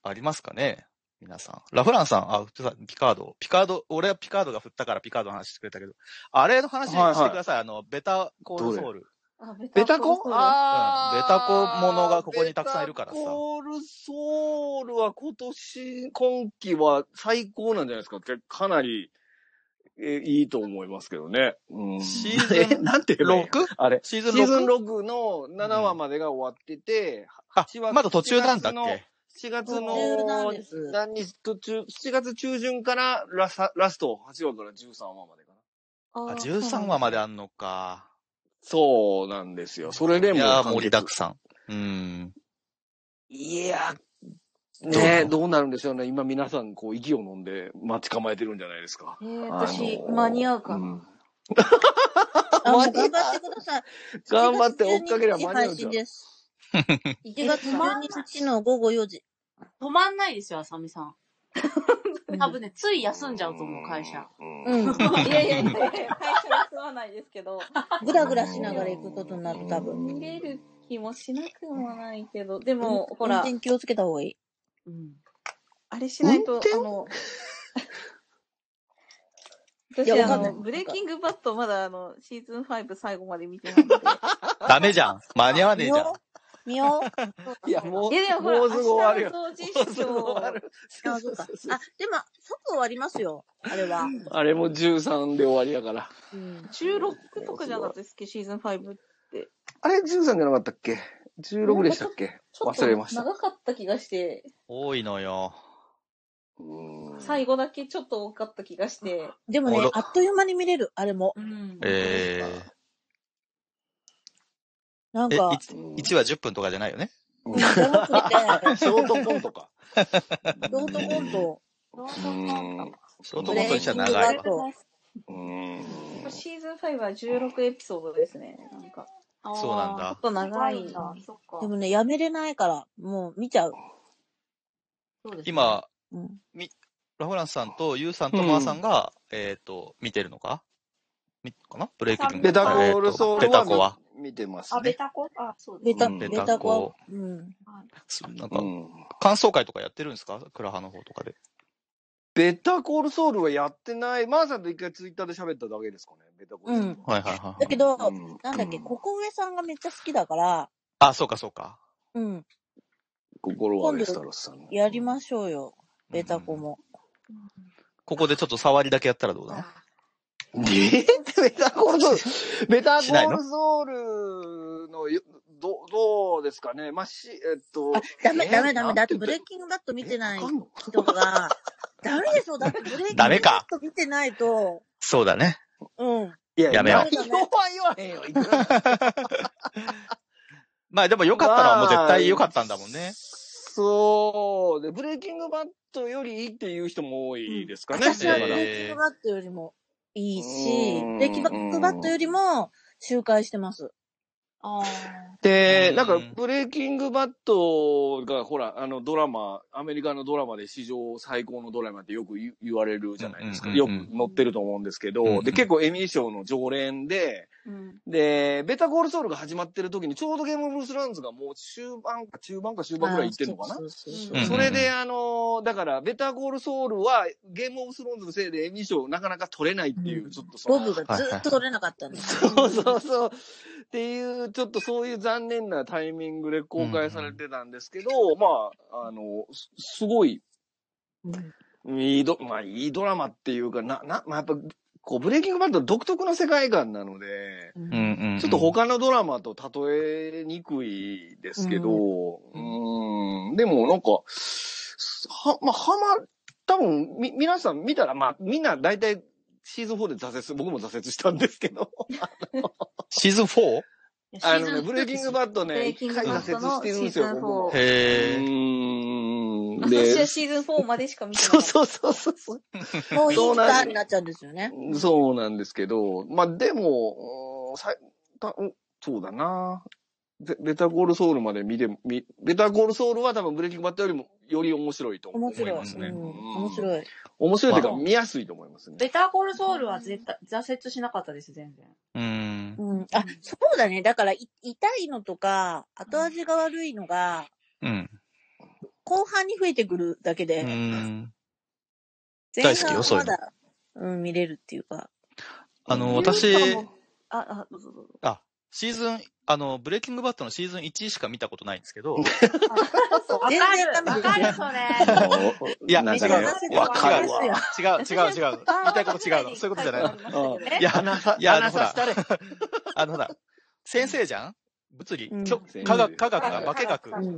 [SPEAKER 1] ありますかね皆さん。ラフランさん、あ、ピカード。ピカード、俺はピカードが振ったからピカードの話してくれたけど、あれの話
[SPEAKER 7] はいはい
[SPEAKER 1] してください。あの、ベタコールソウル。
[SPEAKER 2] な。あ
[SPEAKER 7] ベタコ
[SPEAKER 2] あ
[SPEAKER 7] あー
[SPEAKER 1] ベタコものがここにたくさんいるからさ
[SPEAKER 7] ベタコールソウルは今年、今季は最高なんじゃないですか。けかなり、えいいと思いますけどね。うん、
[SPEAKER 1] シーズン
[SPEAKER 7] えなんて言えばいいの
[SPEAKER 1] 6?
[SPEAKER 7] あれ、
[SPEAKER 1] シーズン 6?
[SPEAKER 7] シーズン6の7話までが終わってて、
[SPEAKER 1] あ
[SPEAKER 7] 8話、
[SPEAKER 1] まだ途中なんだっ
[SPEAKER 7] 7月の
[SPEAKER 1] け
[SPEAKER 7] 7月の
[SPEAKER 5] 途中なんです
[SPEAKER 7] 何日途中、7月中旬からラサラスト、8話から13話までかな。
[SPEAKER 1] あ、13話まであんのか。
[SPEAKER 7] そうなんですよ。それで
[SPEAKER 1] い
[SPEAKER 7] もう
[SPEAKER 1] やー、
[SPEAKER 7] 完
[SPEAKER 1] 盛
[SPEAKER 7] 結
[SPEAKER 1] りだくさん。うん。
[SPEAKER 7] いやー、
[SPEAKER 1] どうな
[SPEAKER 7] ね
[SPEAKER 1] の
[SPEAKER 7] どうなるんでしょうね。今皆さん、こう、息を飲んで待ち構えてるんじゃないですか。
[SPEAKER 2] えー、私、
[SPEAKER 7] あのー
[SPEAKER 2] 間に合うか
[SPEAKER 7] う
[SPEAKER 2] な。
[SPEAKER 7] ん
[SPEAKER 5] あ、もう頑張ってください。
[SPEAKER 7] 頑張って追っかけりゃ
[SPEAKER 5] 7月12日
[SPEAKER 7] 間に合
[SPEAKER 5] 配
[SPEAKER 7] うじゃ
[SPEAKER 5] 信
[SPEAKER 7] ん。
[SPEAKER 5] です。1
[SPEAKER 4] え
[SPEAKER 5] 月
[SPEAKER 4] 止まん
[SPEAKER 5] 12
[SPEAKER 4] ない
[SPEAKER 5] 日の午後4時。
[SPEAKER 4] 止まんないですよ、あさみさん。多分ね、つい休んじゃうと思う、会社。。
[SPEAKER 5] う
[SPEAKER 7] う。
[SPEAKER 5] んん。
[SPEAKER 2] いやいやいやいや、会社は済まないですけど、
[SPEAKER 5] ぐらぐらしながら行くことになる、多分。
[SPEAKER 2] 見れる気もしなくもないけど、で
[SPEAKER 5] も
[SPEAKER 2] も、
[SPEAKER 5] う、
[SPEAKER 2] ほ
[SPEAKER 5] ほ
[SPEAKER 2] ら
[SPEAKER 5] ら。、運転気をつけた方がいい。
[SPEAKER 4] うん。
[SPEAKER 2] あれしない
[SPEAKER 7] 運
[SPEAKER 2] と、
[SPEAKER 7] 転
[SPEAKER 2] あの、
[SPEAKER 5] いや
[SPEAKER 2] 私、あ
[SPEAKER 5] わかんない
[SPEAKER 2] の、ブレイキングバットまだあの、シーズン5最後まで見てないので。
[SPEAKER 1] ダメじゃん。間に合わねえじゃん。
[SPEAKER 5] 見よう。
[SPEAKER 7] いや、もう、
[SPEAKER 2] いやでもほら、
[SPEAKER 7] もうすぐ終わ
[SPEAKER 2] 明日
[SPEAKER 7] るよ。
[SPEAKER 2] の同時
[SPEAKER 7] もうす
[SPEAKER 2] 視
[SPEAKER 7] ぐ
[SPEAKER 2] 聴
[SPEAKER 7] 終わる。
[SPEAKER 5] あ、そうか。あ、でも、即終わりますよ。あれは。
[SPEAKER 7] あれも13で終わりやから。
[SPEAKER 5] うん。
[SPEAKER 2] 16とかじゃなかったですっけ、シーズン5って。
[SPEAKER 7] あれ、13じゃなかったっけ ?16 でしたっけ
[SPEAKER 2] ちょっと
[SPEAKER 7] 忘れました。
[SPEAKER 2] 長かった気がして、
[SPEAKER 1] 多いのよ。
[SPEAKER 7] うん
[SPEAKER 2] 最後だけちょっと多かった気がして。
[SPEAKER 5] でも
[SPEAKER 1] あ
[SPEAKER 5] ね
[SPEAKER 1] ら、
[SPEAKER 5] あっという間に見れる、あれも。
[SPEAKER 4] うん。
[SPEAKER 1] え
[SPEAKER 5] なん
[SPEAKER 1] ー、え、
[SPEAKER 5] か、
[SPEAKER 1] 1話10分とかじゃないよね。
[SPEAKER 5] うんじゃなくて、
[SPEAKER 7] ショートコントか。
[SPEAKER 5] ショートコント、
[SPEAKER 4] どうしよう
[SPEAKER 7] う
[SPEAKER 4] か
[SPEAKER 7] ん。
[SPEAKER 1] ショート
[SPEAKER 5] ブ
[SPEAKER 1] コン
[SPEAKER 5] レ
[SPEAKER 1] ト
[SPEAKER 5] イ
[SPEAKER 1] にし
[SPEAKER 5] キ
[SPEAKER 1] た
[SPEAKER 5] ング
[SPEAKER 1] ら
[SPEAKER 5] バ
[SPEAKER 1] 長い
[SPEAKER 5] ッ。ト。
[SPEAKER 7] うん。
[SPEAKER 2] シーズン5は16エピソードですね。なんか、ち
[SPEAKER 4] あー
[SPEAKER 1] そうなんだ
[SPEAKER 2] ょっと長
[SPEAKER 4] 長い
[SPEAKER 2] い
[SPEAKER 4] ん。だ。そっか。
[SPEAKER 5] でもね、やめれないから、もう見ちゃう。
[SPEAKER 4] そうですね、
[SPEAKER 1] 今、
[SPEAKER 5] うん。
[SPEAKER 1] ラフランスさんとユウさんとマーさんが、えっと、見てるのか見てるかなブレイキング
[SPEAKER 7] ベタコールソウル
[SPEAKER 1] ベタコは
[SPEAKER 7] は。見てます
[SPEAKER 4] あ、ベ
[SPEAKER 7] ね。
[SPEAKER 4] タコあ、そうで
[SPEAKER 5] ベ
[SPEAKER 4] す
[SPEAKER 5] タ、
[SPEAKER 7] うん
[SPEAKER 5] ベ
[SPEAKER 1] ベ
[SPEAKER 5] タ
[SPEAKER 1] タ
[SPEAKER 5] コ
[SPEAKER 1] コ。
[SPEAKER 5] は、うん。
[SPEAKER 1] すなんか
[SPEAKER 7] う、ん。
[SPEAKER 1] 感想会とかやってるんですかクラハの方とかで。
[SPEAKER 7] ベタコールソウルはやってない。マーさんと一回ツイッターで喋っただけですかね。ベタコールソウルは。
[SPEAKER 1] はいはいはいは
[SPEAKER 5] だ
[SPEAKER 1] い。
[SPEAKER 5] けど、
[SPEAKER 7] うん
[SPEAKER 5] なんだっけ、
[SPEAKER 7] うん
[SPEAKER 5] ここ上さんがめっちゃ好きだから、
[SPEAKER 1] あ、そうかそうか。
[SPEAKER 5] うん。
[SPEAKER 7] 心はレスタロスさんの。
[SPEAKER 5] やりましょうよ。ベタコ
[SPEAKER 1] うん
[SPEAKER 5] も。
[SPEAKER 1] ここでちょっと触りだけやったらどうだな
[SPEAKER 7] えベタコールソウル。ベタコ
[SPEAKER 1] しない
[SPEAKER 7] ー
[SPEAKER 1] の
[SPEAKER 7] ルソウルのよど、どうですかね。まあ、し、えっと
[SPEAKER 5] あ、、ダメ、
[SPEAKER 7] えー
[SPEAKER 5] ダメ、ダメ。だってブ
[SPEAKER 7] なん
[SPEAKER 5] レ
[SPEAKER 7] 言
[SPEAKER 5] イキングバット見てない
[SPEAKER 7] えわかんの
[SPEAKER 5] 人が、ダメでしょだってブレイキング
[SPEAKER 1] ダ
[SPEAKER 5] バ
[SPEAKER 1] メ
[SPEAKER 5] ッ
[SPEAKER 1] か
[SPEAKER 5] ト見てないと、
[SPEAKER 1] そうだね。
[SPEAKER 5] うん。
[SPEAKER 7] いや
[SPEAKER 1] やめよう
[SPEAKER 7] 内容は言わへんよ。いくら
[SPEAKER 1] まあでも良かったのはもう絶対良かったんだもん
[SPEAKER 7] まあ
[SPEAKER 1] ね。
[SPEAKER 7] そう。で、ブレイキングバットよりいいっていう人も多いですかね。
[SPEAKER 5] 私は
[SPEAKER 7] だ
[SPEAKER 5] ブ
[SPEAKER 7] から
[SPEAKER 5] レイキングバットよりもいいし、
[SPEAKER 7] うん
[SPEAKER 5] ブレイキングバットよりも周回してます。
[SPEAKER 4] ああ。
[SPEAKER 1] う
[SPEAKER 7] で
[SPEAKER 1] ん、
[SPEAKER 7] なんか、ブレイキングバットが、ほら、あの、ドラマ、アメリカのドラマで史上最高のドラマってよく言言われるじゃないですか。
[SPEAKER 1] うんうんう
[SPEAKER 7] よ
[SPEAKER 1] ん
[SPEAKER 7] く載ってると思うんですけど、
[SPEAKER 1] うんうん
[SPEAKER 7] で、結構エミー賞の常連で、
[SPEAKER 4] うん。
[SPEAKER 7] で、ベタゴールソウルが始まってる時に、ちょうどゲームオブブルースランズがもう終盤か中盤か終盤ぐらい行ってるのかな
[SPEAKER 5] そうそうそう
[SPEAKER 4] うん
[SPEAKER 1] うん
[SPEAKER 7] それで、あのーだから、ベタゴールソウルは、ゲームオブスローンズのせいでエミー賞なかなか取れないっていう、
[SPEAKER 5] うん
[SPEAKER 7] ちょっとそ
[SPEAKER 5] ボ
[SPEAKER 7] の、
[SPEAKER 5] ブがずっと取れなかったんです。
[SPEAKER 7] そうそうそう。っていう、ちょっとそういう残念なタイミングで公開されてたんですけど、まあ、あの、すすごい、
[SPEAKER 5] うん
[SPEAKER 7] いいド、まあ、いいドラマっていうか、な、な、まあ、やっぱ、こう、ブレイキングバット独特の世界観なので、
[SPEAKER 1] う
[SPEAKER 5] う
[SPEAKER 1] んんうんうん
[SPEAKER 7] ちょっと他のドラマと例えにくいですけど、う
[SPEAKER 5] う
[SPEAKER 7] ーん、でもなんか、は、まあ、はま、多分、み、皆さん見たら、まあ、みんな大体シーズン4で挫折す、僕も挫折したんですけど、
[SPEAKER 1] シーズン 4?
[SPEAKER 7] あのね、ブレイキングバット
[SPEAKER 2] ブレ
[SPEAKER 7] ね、
[SPEAKER 2] イキン
[SPEAKER 7] 一
[SPEAKER 2] グバ
[SPEAKER 7] 回
[SPEAKER 2] ッ
[SPEAKER 7] 挫
[SPEAKER 2] ト
[SPEAKER 7] 折し
[SPEAKER 2] の
[SPEAKER 7] て
[SPEAKER 2] シ
[SPEAKER 7] るんで
[SPEAKER 2] ーズン
[SPEAKER 7] すよ、僕も。
[SPEAKER 2] 4。
[SPEAKER 7] う
[SPEAKER 1] へえ。
[SPEAKER 7] ーん。
[SPEAKER 2] 私は
[SPEAKER 7] で、
[SPEAKER 2] シーズン4までしか見てなか
[SPEAKER 7] そ
[SPEAKER 2] っ
[SPEAKER 7] う
[SPEAKER 2] た。
[SPEAKER 7] そうそうそうそ
[SPEAKER 5] もういい
[SPEAKER 7] そう
[SPEAKER 5] スタ
[SPEAKER 7] なん
[SPEAKER 5] ーになっちゃうんですよね。
[SPEAKER 7] う。そうなんですけど、まあでも、うーんさたうんそうだなベベタゴールソウルまで見て、みベタゴールソウルは多分ブレイキングバットよりも、より面白いと思
[SPEAKER 5] 面
[SPEAKER 7] 思い
[SPEAKER 5] 白い。
[SPEAKER 7] ますね。
[SPEAKER 5] うん
[SPEAKER 7] うん
[SPEAKER 5] 面白い。
[SPEAKER 7] 面白いという
[SPEAKER 1] ま
[SPEAKER 7] か
[SPEAKER 1] あ
[SPEAKER 7] 見やすいと思います ね。
[SPEAKER 4] ベターコールソウルは絶対、挫折しなかったです、全然。
[SPEAKER 1] うん。
[SPEAKER 5] うん、あ、そうだね。だから、い痛いのとか、後味が悪いのが、
[SPEAKER 1] うん。
[SPEAKER 5] 後半に増えてくるだけ
[SPEAKER 1] う
[SPEAKER 5] で、
[SPEAKER 1] ん。
[SPEAKER 5] 前
[SPEAKER 1] 大好き
[SPEAKER 5] 半
[SPEAKER 1] よ
[SPEAKER 5] は
[SPEAKER 1] そうい
[SPEAKER 5] ま
[SPEAKER 1] うの
[SPEAKER 5] だ、うん、見れるっていうか。
[SPEAKER 1] あの、
[SPEAKER 4] ユー
[SPEAKER 1] 私
[SPEAKER 4] さん、もあ、あ、どうぞどうぞ。
[SPEAKER 1] あ、シーズン、あの、ブレイキングバットのシーズン1しか見たことないんですけど、
[SPEAKER 4] わか
[SPEAKER 5] 全然ダ
[SPEAKER 4] る、
[SPEAKER 5] メ
[SPEAKER 4] わ
[SPEAKER 5] です
[SPEAKER 4] かる、それ。
[SPEAKER 1] いや、違う
[SPEAKER 7] な
[SPEAKER 1] の。
[SPEAKER 7] ん
[SPEAKER 5] ん
[SPEAKER 7] か
[SPEAKER 5] か
[SPEAKER 1] 違う、
[SPEAKER 5] ね
[SPEAKER 1] 違う、違う
[SPEAKER 5] わかるわ
[SPEAKER 1] 違う。言いたいこと 違うの。そういうことじゃないの。
[SPEAKER 4] え
[SPEAKER 1] いや、
[SPEAKER 7] 話さ、
[SPEAKER 1] いやあの
[SPEAKER 7] 話さしたれ。
[SPEAKER 1] あのほら、先生じゃん物理、
[SPEAKER 5] うん
[SPEAKER 1] きょ
[SPEAKER 7] 先生
[SPEAKER 1] 科学、科学
[SPEAKER 4] 科
[SPEAKER 1] が、
[SPEAKER 4] 学
[SPEAKER 1] 化学
[SPEAKER 4] 科、
[SPEAKER 5] うん。
[SPEAKER 4] う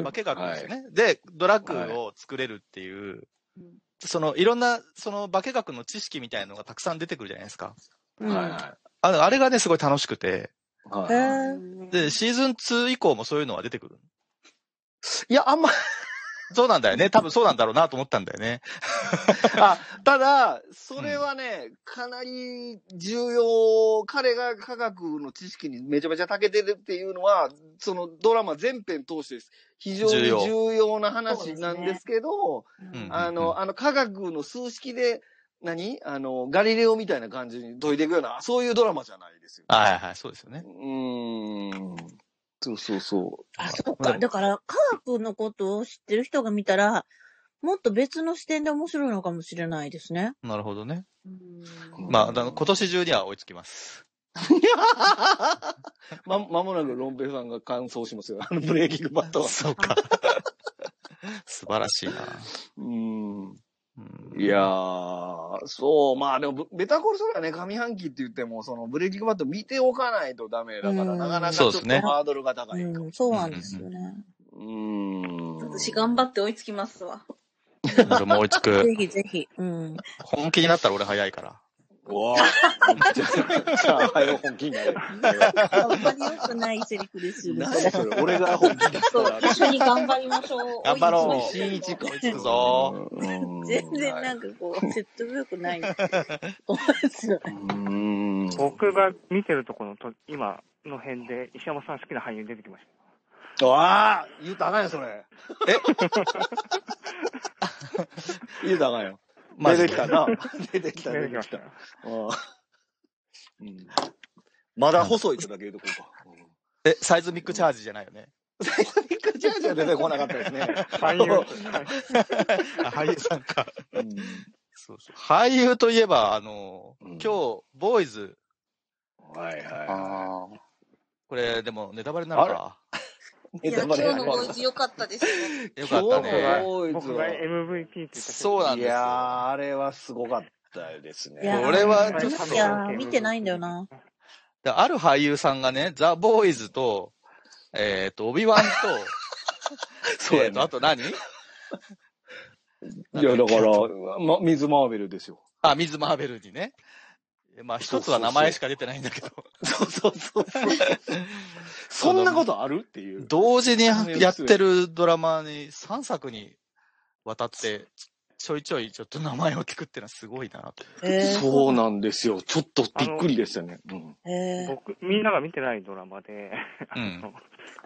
[SPEAKER 4] ん
[SPEAKER 1] 化学ですよね。で、ドラッグを作れるっていう、
[SPEAKER 4] うん
[SPEAKER 1] その、いろんな、その化学の知識みたいのがたくさん出てくるじゃないですか。
[SPEAKER 5] う
[SPEAKER 7] はい
[SPEAKER 5] ん。
[SPEAKER 7] は
[SPEAKER 1] あのあれがね、すごい楽しくて、
[SPEAKER 7] い。はい
[SPEAKER 5] へ
[SPEAKER 7] はい
[SPEAKER 5] え。
[SPEAKER 1] で、シーズン2以降もそういうのは出てくる。
[SPEAKER 7] いや、あんま、
[SPEAKER 1] そうなんだよね。多分そうなんだろうなと思ったんだよね。
[SPEAKER 7] あ、 ただ、それはね、かなり重要、彼が科学の知識にめちゃめちゃ長けてるっていうのは、そのドラマ全編通してです非常
[SPEAKER 1] 重
[SPEAKER 7] に
[SPEAKER 1] 要
[SPEAKER 7] 重要な話
[SPEAKER 4] そうですね
[SPEAKER 7] なんですけ
[SPEAKER 1] う
[SPEAKER 7] ど、
[SPEAKER 1] ん
[SPEAKER 7] あ
[SPEAKER 1] うん
[SPEAKER 7] の、あの科学の数式で、何あの、ガリレオみたいな感じに解いていくような、そういうドラマじゃないですよ、ね。
[SPEAKER 1] はいはい、そうですよね。
[SPEAKER 7] うーん。そうそうそ
[SPEAKER 5] あ、そっ
[SPEAKER 1] まあでも
[SPEAKER 5] か。だから、科学のことを知ってる人が見たら、もっと別の視点で面白いのかもしれないですね。
[SPEAKER 1] なるほどね。
[SPEAKER 7] う。
[SPEAKER 1] まあ、あの今年中には追いつきます。
[SPEAKER 7] ま、まもなくロンペイさんが感想しますよ。あのブレーキングバットは。
[SPEAKER 1] そうか。 素晴らしいな。
[SPEAKER 7] うん。
[SPEAKER 1] うん
[SPEAKER 7] いやー、そう、まあでも、ベタコルソラね、上半期って言っても、そのブレーキングバット見ておかないとダメだから、
[SPEAKER 5] うん
[SPEAKER 7] なかなかち
[SPEAKER 1] そう
[SPEAKER 7] ょっ
[SPEAKER 1] で
[SPEAKER 7] と
[SPEAKER 1] すね
[SPEAKER 7] ハードルが高いか
[SPEAKER 5] う
[SPEAKER 7] も
[SPEAKER 5] ん、。そうなんですよね。
[SPEAKER 7] うん。
[SPEAKER 2] 私頑張って追いつきますわ。
[SPEAKER 1] 俺も追いつく
[SPEAKER 5] ぜ。ひぜひ。うん。
[SPEAKER 1] 本気になったら俺早いから。
[SPEAKER 7] うわーじゃあ、じゃあ、早い本気になれ。
[SPEAKER 5] あんまり良くないセリフです よね。
[SPEAKER 7] 何それ、俺が本気出したら。
[SPEAKER 2] 一緒に頑張りましょう。
[SPEAKER 1] 頑張ろう
[SPEAKER 2] 追いつきましょう
[SPEAKER 1] 追いつくぞ。
[SPEAKER 7] うん
[SPEAKER 5] 全然なんかこう、説得力ない。思いますよ
[SPEAKER 7] う
[SPEAKER 5] ね。
[SPEAKER 7] ん。
[SPEAKER 6] 僕が見てるところのと、今の辺で、石山さん好きな俳優出てきまし
[SPEAKER 7] わあ言うたらあかんよ、それ。え 言うたらあかんよ。
[SPEAKER 1] マ
[SPEAKER 7] 出
[SPEAKER 1] ジ
[SPEAKER 7] て
[SPEAKER 1] で
[SPEAKER 7] きたな。出てき
[SPEAKER 6] た。
[SPEAKER 7] た、
[SPEAKER 6] 出
[SPEAKER 7] 出
[SPEAKER 6] てき
[SPEAKER 7] て
[SPEAKER 6] ま
[SPEAKER 7] き
[SPEAKER 6] した
[SPEAKER 7] た。。ああうんまだ細いとだけ言うとこうか。
[SPEAKER 1] え、サイズミックチャージじゃないよね。
[SPEAKER 7] 最初にカチャカチャ出てこなかったですね。
[SPEAKER 6] 俳優。
[SPEAKER 1] あ俳優さんか。
[SPEAKER 7] うん
[SPEAKER 1] そうそう。俳優といえば、あの、
[SPEAKER 7] うん
[SPEAKER 1] 今日、ボーイズ、
[SPEAKER 7] はいはいは
[SPEAKER 3] ああ。
[SPEAKER 1] これ、でもネタバレになるか。
[SPEAKER 7] い。
[SPEAKER 2] いや、今日のボイズ良かったですね。
[SPEAKER 1] よかった
[SPEAKER 7] 今日
[SPEAKER 1] ね
[SPEAKER 7] の。ボーイズ
[SPEAKER 6] 僕が
[SPEAKER 7] は
[SPEAKER 6] MVP って言った
[SPEAKER 1] そうなん
[SPEAKER 7] い
[SPEAKER 1] です
[SPEAKER 7] や
[SPEAKER 1] よ。
[SPEAKER 7] ー、あれはすごかったです
[SPEAKER 5] いや
[SPEAKER 7] ね。
[SPEAKER 5] ー
[SPEAKER 1] これはちょっと
[SPEAKER 5] いやー、見てないんだよな。
[SPEAKER 1] である俳優さんがね、ザ・ボーイズと、えっ、と、オビワンと、
[SPEAKER 7] そう
[SPEAKER 1] え
[SPEAKER 7] や
[SPEAKER 1] っと、
[SPEAKER 7] な
[SPEAKER 1] あ。と何
[SPEAKER 7] いや、だから、ま、水マーベルですよ。
[SPEAKER 1] あ、ミズ・マーベルにね。まあ、
[SPEAKER 7] そ
[SPEAKER 1] 一
[SPEAKER 7] うそう
[SPEAKER 1] つ
[SPEAKER 7] そう
[SPEAKER 1] は名前しか出てないんだけど、
[SPEAKER 7] そうそうそう。そんなことあるっていう。
[SPEAKER 1] 同時にやってるドラマに3作にわたって、ちょいちょいちょっと名前を聞くっていうのはすごいなと。
[SPEAKER 5] えー、
[SPEAKER 7] そうなんですよ。ちょっとびっくりでしたね。うん。
[SPEAKER 5] えー、
[SPEAKER 6] 僕、みんなが見てないドラマで、
[SPEAKER 1] う
[SPEAKER 6] あ
[SPEAKER 1] ん
[SPEAKER 6] の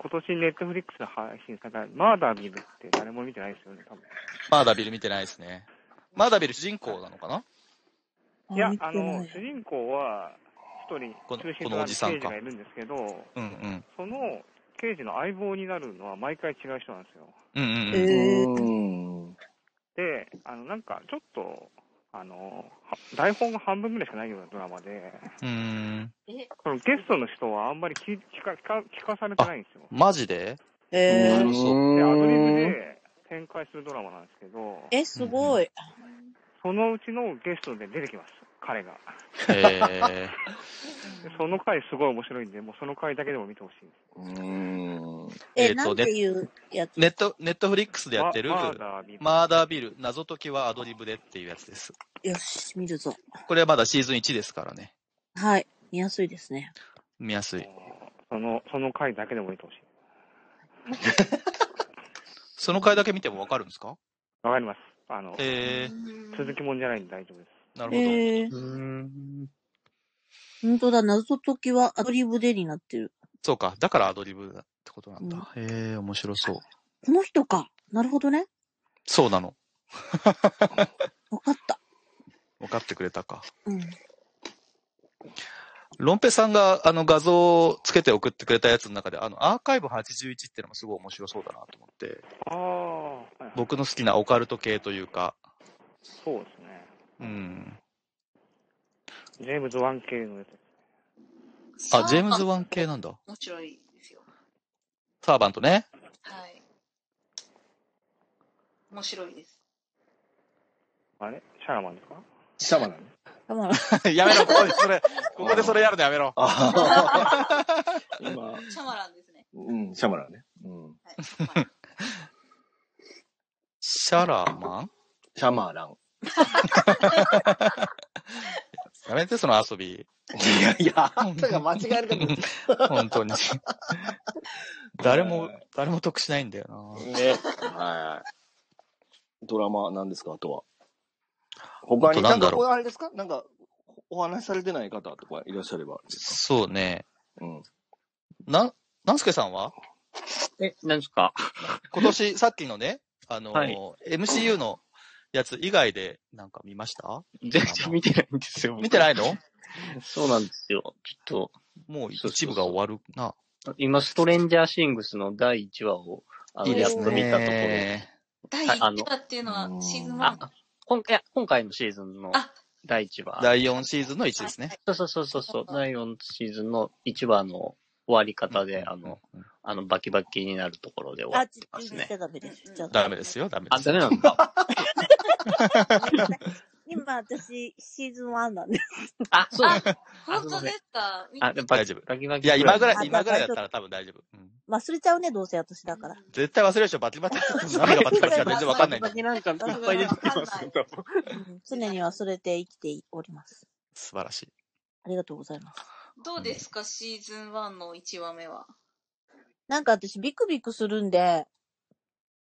[SPEAKER 6] 今年ネットフリックスで配信された、マーダービルって誰も見てないですよね、多分。
[SPEAKER 1] マーダビル見てないですね。マーダビル主人公なのかない
[SPEAKER 6] や
[SPEAKER 5] 見、
[SPEAKER 6] あ
[SPEAKER 5] てな
[SPEAKER 6] の、
[SPEAKER 5] い
[SPEAKER 6] 主人公は、一人
[SPEAKER 1] この、
[SPEAKER 6] 中
[SPEAKER 1] こ
[SPEAKER 6] 心
[SPEAKER 1] の
[SPEAKER 6] と
[SPEAKER 1] お
[SPEAKER 6] な
[SPEAKER 1] じ
[SPEAKER 6] る
[SPEAKER 1] さん
[SPEAKER 6] 刑事
[SPEAKER 1] か
[SPEAKER 6] がいるんですけど、
[SPEAKER 1] うんうん。
[SPEAKER 6] その刑事の相棒になるのは毎回違う人なんですよ。
[SPEAKER 1] うんうんうん。
[SPEAKER 5] えー
[SPEAKER 7] うん。
[SPEAKER 6] で、あの、なんか、ちょっと、あの、は台本が半分ぐらいしかないようなドラマで、
[SPEAKER 1] うーん。
[SPEAKER 6] そのゲストの人はあんまり聞聞か聞か聞かされてないんですよ。
[SPEAKER 1] マジで
[SPEAKER 5] え
[SPEAKER 1] な
[SPEAKER 5] ー
[SPEAKER 1] るほど
[SPEAKER 6] で、アドリブで展開するドラマなんですけど、
[SPEAKER 5] え、すごい。
[SPEAKER 6] そのうちのゲストで出てきます、彼が。
[SPEAKER 1] え
[SPEAKER 6] でその回すごい面白いんで、もうその回だけでも見てほしいです。
[SPEAKER 7] うん。
[SPEAKER 1] え
[SPEAKER 5] え
[SPEAKER 1] ー
[SPEAKER 5] な
[SPEAKER 1] と
[SPEAKER 5] ん
[SPEAKER 1] ね
[SPEAKER 5] ていうやつ
[SPEAKER 1] ー、ネット、ネットフリックスでやってる、
[SPEAKER 6] ママーダービー
[SPEAKER 1] マーダービル、謎解きはアドリブでっていうやつです。
[SPEAKER 5] よし、見るぞ。
[SPEAKER 1] これはまだシーズン1ですからね。
[SPEAKER 5] はい。見やすいですね。
[SPEAKER 1] 見やすい。
[SPEAKER 6] その、その回だけでも見てほしい。
[SPEAKER 1] その回だけ見てもわかるんですか
[SPEAKER 6] わかります。あの、
[SPEAKER 1] え
[SPEAKER 6] 続きもんじゃないんで大丈夫です。
[SPEAKER 1] ー、なるほど。
[SPEAKER 5] えー、
[SPEAKER 3] うん。
[SPEAKER 5] 本当だ、謎解きはアドリブでになってる。
[SPEAKER 1] そうか。だからアドリブだってことなんだ。へえー、面白そう。
[SPEAKER 5] この人か。なるほどね。
[SPEAKER 1] そうなの。
[SPEAKER 5] わかった。
[SPEAKER 1] 分かってくれたか。
[SPEAKER 5] うん。
[SPEAKER 1] ロンペさんがあの画像をつけて送ってくれたやつの中で、あのアーカイブ81ってのもすごい面白そうだなと思って、
[SPEAKER 6] ああ、はいはい
[SPEAKER 1] 僕の好きなオカルト系というか、
[SPEAKER 6] そうですね。
[SPEAKER 1] うん。
[SPEAKER 6] ジェームズ1系のやつ。
[SPEAKER 1] あ、ジェームズ・ワン系なんだ。
[SPEAKER 4] 面白いですよ。
[SPEAKER 1] サーバントね。
[SPEAKER 4] はい。面白いです。
[SPEAKER 6] あれシャラマンですか
[SPEAKER 7] シャマなの
[SPEAKER 5] だから、
[SPEAKER 1] やめろ、ここでそれ、ここでそれやるのやめろ。
[SPEAKER 7] あー今、
[SPEAKER 4] シャマランですね。
[SPEAKER 7] うん、シャマランね。うん。
[SPEAKER 4] はい
[SPEAKER 1] シャラーマン
[SPEAKER 7] シャマーラン。
[SPEAKER 1] やめて、その遊 び。
[SPEAKER 7] いやいや、あんたが間違えるかとね。
[SPEAKER 1] 本当に。誰も、誰も得しないんだよな。
[SPEAKER 7] はい。ドラマなんですか、あとは。他
[SPEAKER 1] あと
[SPEAKER 7] に、
[SPEAKER 1] な
[SPEAKER 7] なんん
[SPEAKER 1] だ
[SPEAKER 7] か、
[SPEAKER 1] ろう
[SPEAKER 7] これあれですかなんか、お話しされてない方とかいらっしゃれば。
[SPEAKER 1] そうね。
[SPEAKER 7] うん。
[SPEAKER 1] な、なんすけさんは
[SPEAKER 3] え、何ですか
[SPEAKER 1] 今 年、さっきのね、あのー
[SPEAKER 3] はい
[SPEAKER 1] MCU のやつ以外でなんか見ました
[SPEAKER 3] 全然見てないんですよ。
[SPEAKER 1] 見て
[SPEAKER 3] い
[SPEAKER 1] ないの
[SPEAKER 3] そうなんですよ。ちょっ
[SPEAKER 1] もう
[SPEAKER 3] そうそうそう
[SPEAKER 1] 一部が終わるな。
[SPEAKER 3] と、今、ストレンジャーシングスの第1話を、あの、
[SPEAKER 5] いいで
[SPEAKER 3] やっ
[SPEAKER 5] す
[SPEAKER 3] と
[SPEAKER 5] ね
[SPEAKER 3] 見たところ。
[SPEAKER 4] 第
[SPEAKER 3] はいあ
[SPEAKER 4] 1
[SPEAKER 3] の
[SPEAKER 4] 話っていうのはシーズン1
[SPEAKER 3] あ、今回、今回のシーズンの
[SPEAKER 4] あ
[SPEAKER 3] 第1話。
[SPEAKER 1] 第4シーズンの1ですね。
[SPEAKER 3] そうそうそうそうそう。
[SPEAKER 4] そう
[SPEAKER 3] 第4シーズンの1話の終わり方で、あの、
[SPEAKER 1] うん、
[SPEAKER 3] あの、バキバキになるところで終わ
[SPEAKER 5] あ、
[SPEAKER 3] っ
[SPEAKER 5] ち
[SPEAKER 3] てます
[SPEAKER 5] 言っ
[SPEAKER 3] ね
[SPEAKER 5] ち。ゃダメです。言っちゃ
[SPEAKER 1] ダメですよ、ダメで
[SPEAKER 3] あ、
[SPEAKER 1] す
[SPEAKER 3] ダ
[SPEAKER 1] よ。
[SPEAKER 3] メなんだ。
[SPEAKER 5] 今、私、シーズン1なんで。
[SPEAKER 3] あ、そうなんだ。
[SPEAKER 4] 本当ですか
[SPEAKER 3] あ、でバ
[SPEAKER 1] 大
[SPEAKER 3] キ
[SPEAKER 1] 丈夫。
[SPEAKER 3] バキバキ。
[SPEAKER 1] いや、今ぐらい
[SPEAKER 5] あ、
[SPEAKER 1] 今ぐらいだったら多分大丈夫。うん
[SPEAKER 5] 忘れちゃうね、どうせ私だから。
[SPEAKER 1] 絶対忘れるでしょ、バチバ チって言っても何がバチバチか全然わかんないんだ
[SPEAKER 3] バ
[SPEAKER 1] も
[SPEAKER 3] キ
[SPEAKER 1] ん。
[SPEAKER 3] バキなんかいっぱい出てきますけど。
[SPEAKER 5] うん常に忘れて生きております。
[SPEAKER 1] 素晴らしい。
[SPEAKER 5] ありがとうございます。
[SPEAKER 4] どうですかシーズン1の1話目は。
[SPEAKER 5] なんか私、ビクビクするんで、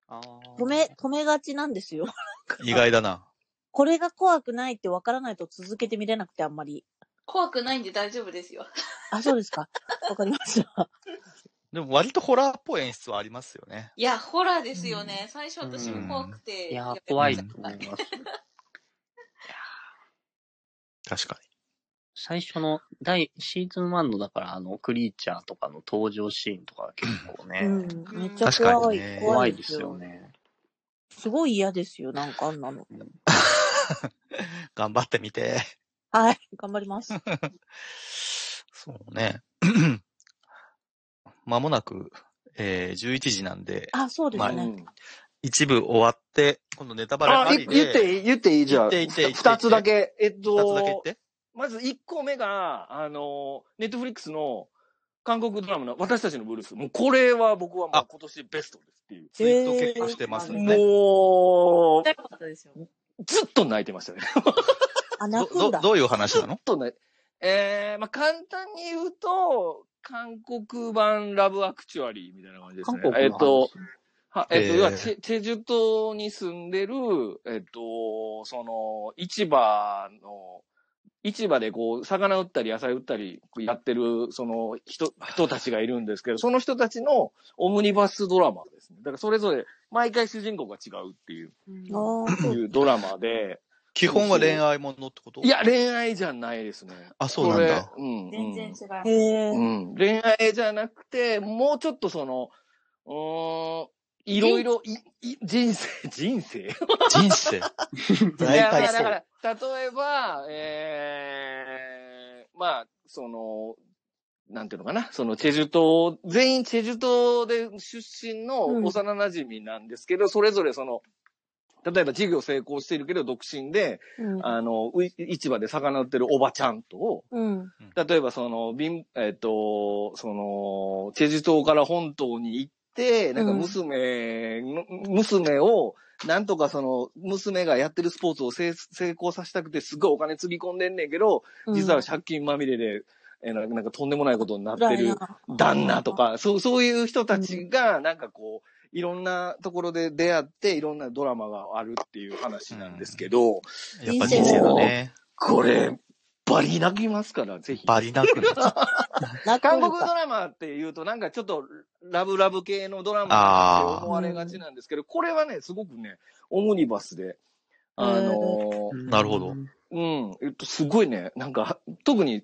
[SPEAKER 5] 止め、止めがちなんですよ。
[SPEAKER 1] 意外だな。
[SPEAKER 5] これが怖くないってわからないと続けて見れなくて、あんまり。
[SPEAKER 4] 怖くないんで大丈夫ですよ。
[SPEAKER 5] あ、そうですか。わかりました。
[SPEAKER 1] でも割とホラーっぽい演出はありますよね。
[SPEAKER 4] いや、ホラーですよね。最初私も怖くて。
[SPEAKER 3] いや
[SPEAKER 4] め
[SPEAKER 3] ー、
[SPEAKER 4] ちゃ
[SPEAKER 3] 怖いと
[SPEAKER 4] くちゃ
[SPEAKER 3] 思います。
[SPEAKER 1] 確か
[SPEAKER 3] 最初の、第、シーズン1の、だから、あの、クリーチャーとかの登場シーンとかは結構ね、
[SPEAKER 5] うん。めっちゃ
[SPEAKER 1] 確かに
[SPEAKER 5] 怖い。
[SPEAKER 1] ね
[SPEAKER 5] 怖
[SPEAKER 3] 怖
[SPEAKER 5] い
[SPEAKER 3] い
[SPEAKER 5] で
[SPEAKER 3] ですすよ
[SPEAKER 5] よ。
[SPEAKER 3] ね。
[SPEAKER 5] すごい嫌ですよ、なんかあんなの。
[SPEAKER 1] に。頑張ってみて。
[SPEAKER 5] はい、頑張ります。
[SPEAKER 1] そうね。 まもなく、えー、11時なんで、
[SPEAKER 5] あ、そうです
[SPEAKER 1] は
[SPEAKER 7] う
[SPEAKER 1] い
[SPEAKER 5] ね。
[SPEAKER 7] ん
[SPEAKER 1] 一部終わって、今度ネタバレ
[SPEAKER 7] あ、
[SPEAKER 1] あ
[SPEAKER 7] い
[SPEAKER 1] り
[SPEAKER 7] 言っ
[SPEAKER 1] で、
[SPEAKER 7] ていい言っていいじゃあ。
[SPEAKER 1] 言って言って言って
[SPEAKER 7] 二つだけ。えっ
[SPEAKER 1] 二つだけ言っ
[SPEAKER 7] と、
[SPEAKER 1] て。
[SPEAKER 7] まず一個目が、あの、ネットフリックスの、韓国ドラマの私たちのブルース。もうこれは僕はもう
[SPEAKER 1] あ
[SPEAKER 7] 今年ベストですっていう。
[SPEAKER 1] ツイート結果してますよね。
[SPEAKER 7] も
[SPEAKER 2] 痛かったですよ。
[SPEAKER 7] う、ずっと泣いてましたね。
[SPEAKER 1] ど
[SPEAKER 5] あ、泣くん
[SPEAKER 1] ど
[SPEAKER 5] だ。
[SPEAKER 1] どういう話
[SPEAKER 7] ず
[SPEAKER 1] な
[SPEAKER 7] っ
[SPEAKER 1] の
[SPEAKER 7] とね、えー、まあ簡単に言うと、韓国版ラブアクチュアリーみたいな感じですね。
[SPEAKER 3] 韓国
[SPEAKER 7] えっ
[SPEAKER 3] の話。
[SPEAKER 7] と、はえっ、と、
[SPEAKER 1] えー
[SPEAKER 7] 要はチェ、チェジュ島に住んでる、えっ、と、その、市場の、市場でこう、魚売ったり野菜売ったりやってる、その人、人たちがいるんですけど、その人たちのオムニバスドラマですね。だからそれぞれ、毎回主人公が違うっていう、
[SPEAKER 5] あーそう
[SPEAKER 7] いうドラマで、
[SPEAKER 1] 基本は恋愛ものってこと
[SPEAKER 7] い、や、恋愛じゃないですね。
[SPEAKER 1] あ、そうなんだ
[SPEAKER 7] こ。れ。うん、
[SPEAKER 2] 全然違う。
[SPEAKER 5] へえ
[SPEAKER 7] う。ん。うん。恋愛じゃなくて、もうちょっとその、うーん、いろいろ、い、い、人生、人生
[SPEAKER 1] 人 生。
[SPEAKER 7] い
[SPEAKER 1] 大
[SPEAKER 7] やまあ
[SPEAKER 1] 体
[SPEAKER 7] だ
[SPEAKER 1] そ
[SPEAKER 7] か
[SPEAKER 1] う。
[SPEAKER 7] ら、例えば、えー、まあ、その、なんていうのかな、そのチェジュ島、全員チェジュ島で出身の
[SPEAKER 5] うん
[SPEAKER 7] 幼馴染なんですけど、それぞれその、例えば事業成功しているけど独身で、
[SPEAKER 5] うん。
[SPEAKER 7] あの、うい市場で魚売ってるおばちゃんと、
[SPEAKER 5] うん。
[SPEAKER 7] 例えばその、貧えっ、と、その、チェジュ島から本島に行って、なんか娘の、娘を、なんとかその、娘がやってるスポーツを成成功させたくて、すっごいお金つぎ込んでんねんけど、実は借金まみれで、えーななんかとんでもないことになってる旦那とか、そう、そういう人たちが、なんかこう、いろんなところで出会って、いろんなドラマがあるっていう話なんですけど、
[SPEAKER 1] やっぱ人生だね。
[SPEAKER 7] これ、バリ泣きますから、ぜひ。
[SPEAKER 1] バリなくなっち ゃう
[SPEAKER 5] 泣く
[SPEAKER 7] 韓
[SPEAKER 5] んだ
[SPEAKER 7] 国ドラマっていうとなんかちょっとラブラブ系のドラマって思われがちなんですけど、これはね、すごくね、オムニバスで、あのー
[SPEAKER 1] なるほど。
[SPEAKER 7] うん、えっと、すごいね、なんか、特に、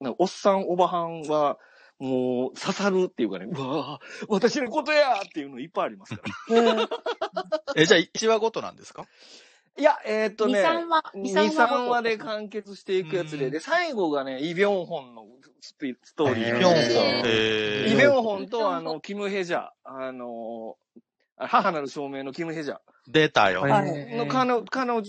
[SPEAKER 7] なんかおっさん、おばはんは、もう、刺さるっていうかね、うわぁ、私のことやっていうのいっぱいありま すから。
[SPEAKER 5] へえ
[SPEAKER 1] え、じゃあ1話ごとなんですか
[SPEAKER 7] いや、えーっと
[SPEAKER 4] 二
[SPEAKER 7] ね、
[SPEAKER 4] 三話、二
[SPEAKER 7] 2、
[SPEAKER 4] 三話
[SPEAKER 7] 3話
[SPEAKER 4] ごと。
[SPEAKER 7] で完結していくやつ
[SPEAKER 1] う
[SPEAKER 7] で、
[SPEAKER 1] ん
[SPEAKER 7] で、最後がね、イ・ビョンホンのスピストーリーなん
[SPEAKER 1] ピ
[SPEAKER 7] で
[SPEAKER 1] ョン
[SPEAKER 7] す
[SPEAKER 1] ホン
[SPEAKER 7] けど。
[SPEAKER 4] へー
[SPEAKER 1] え
[SPEAKER 7] イ・
[SPEAKER 1] ー
[SPEAKER 7] ビョンホンと、あの、キム・ヘジャー、あの、母なる証明のキム・ヘジャ
[SPEAKER 1] 出たよ。
[SPEAKER 5] はい
[SPEAKER 7] ーの彼女、彼女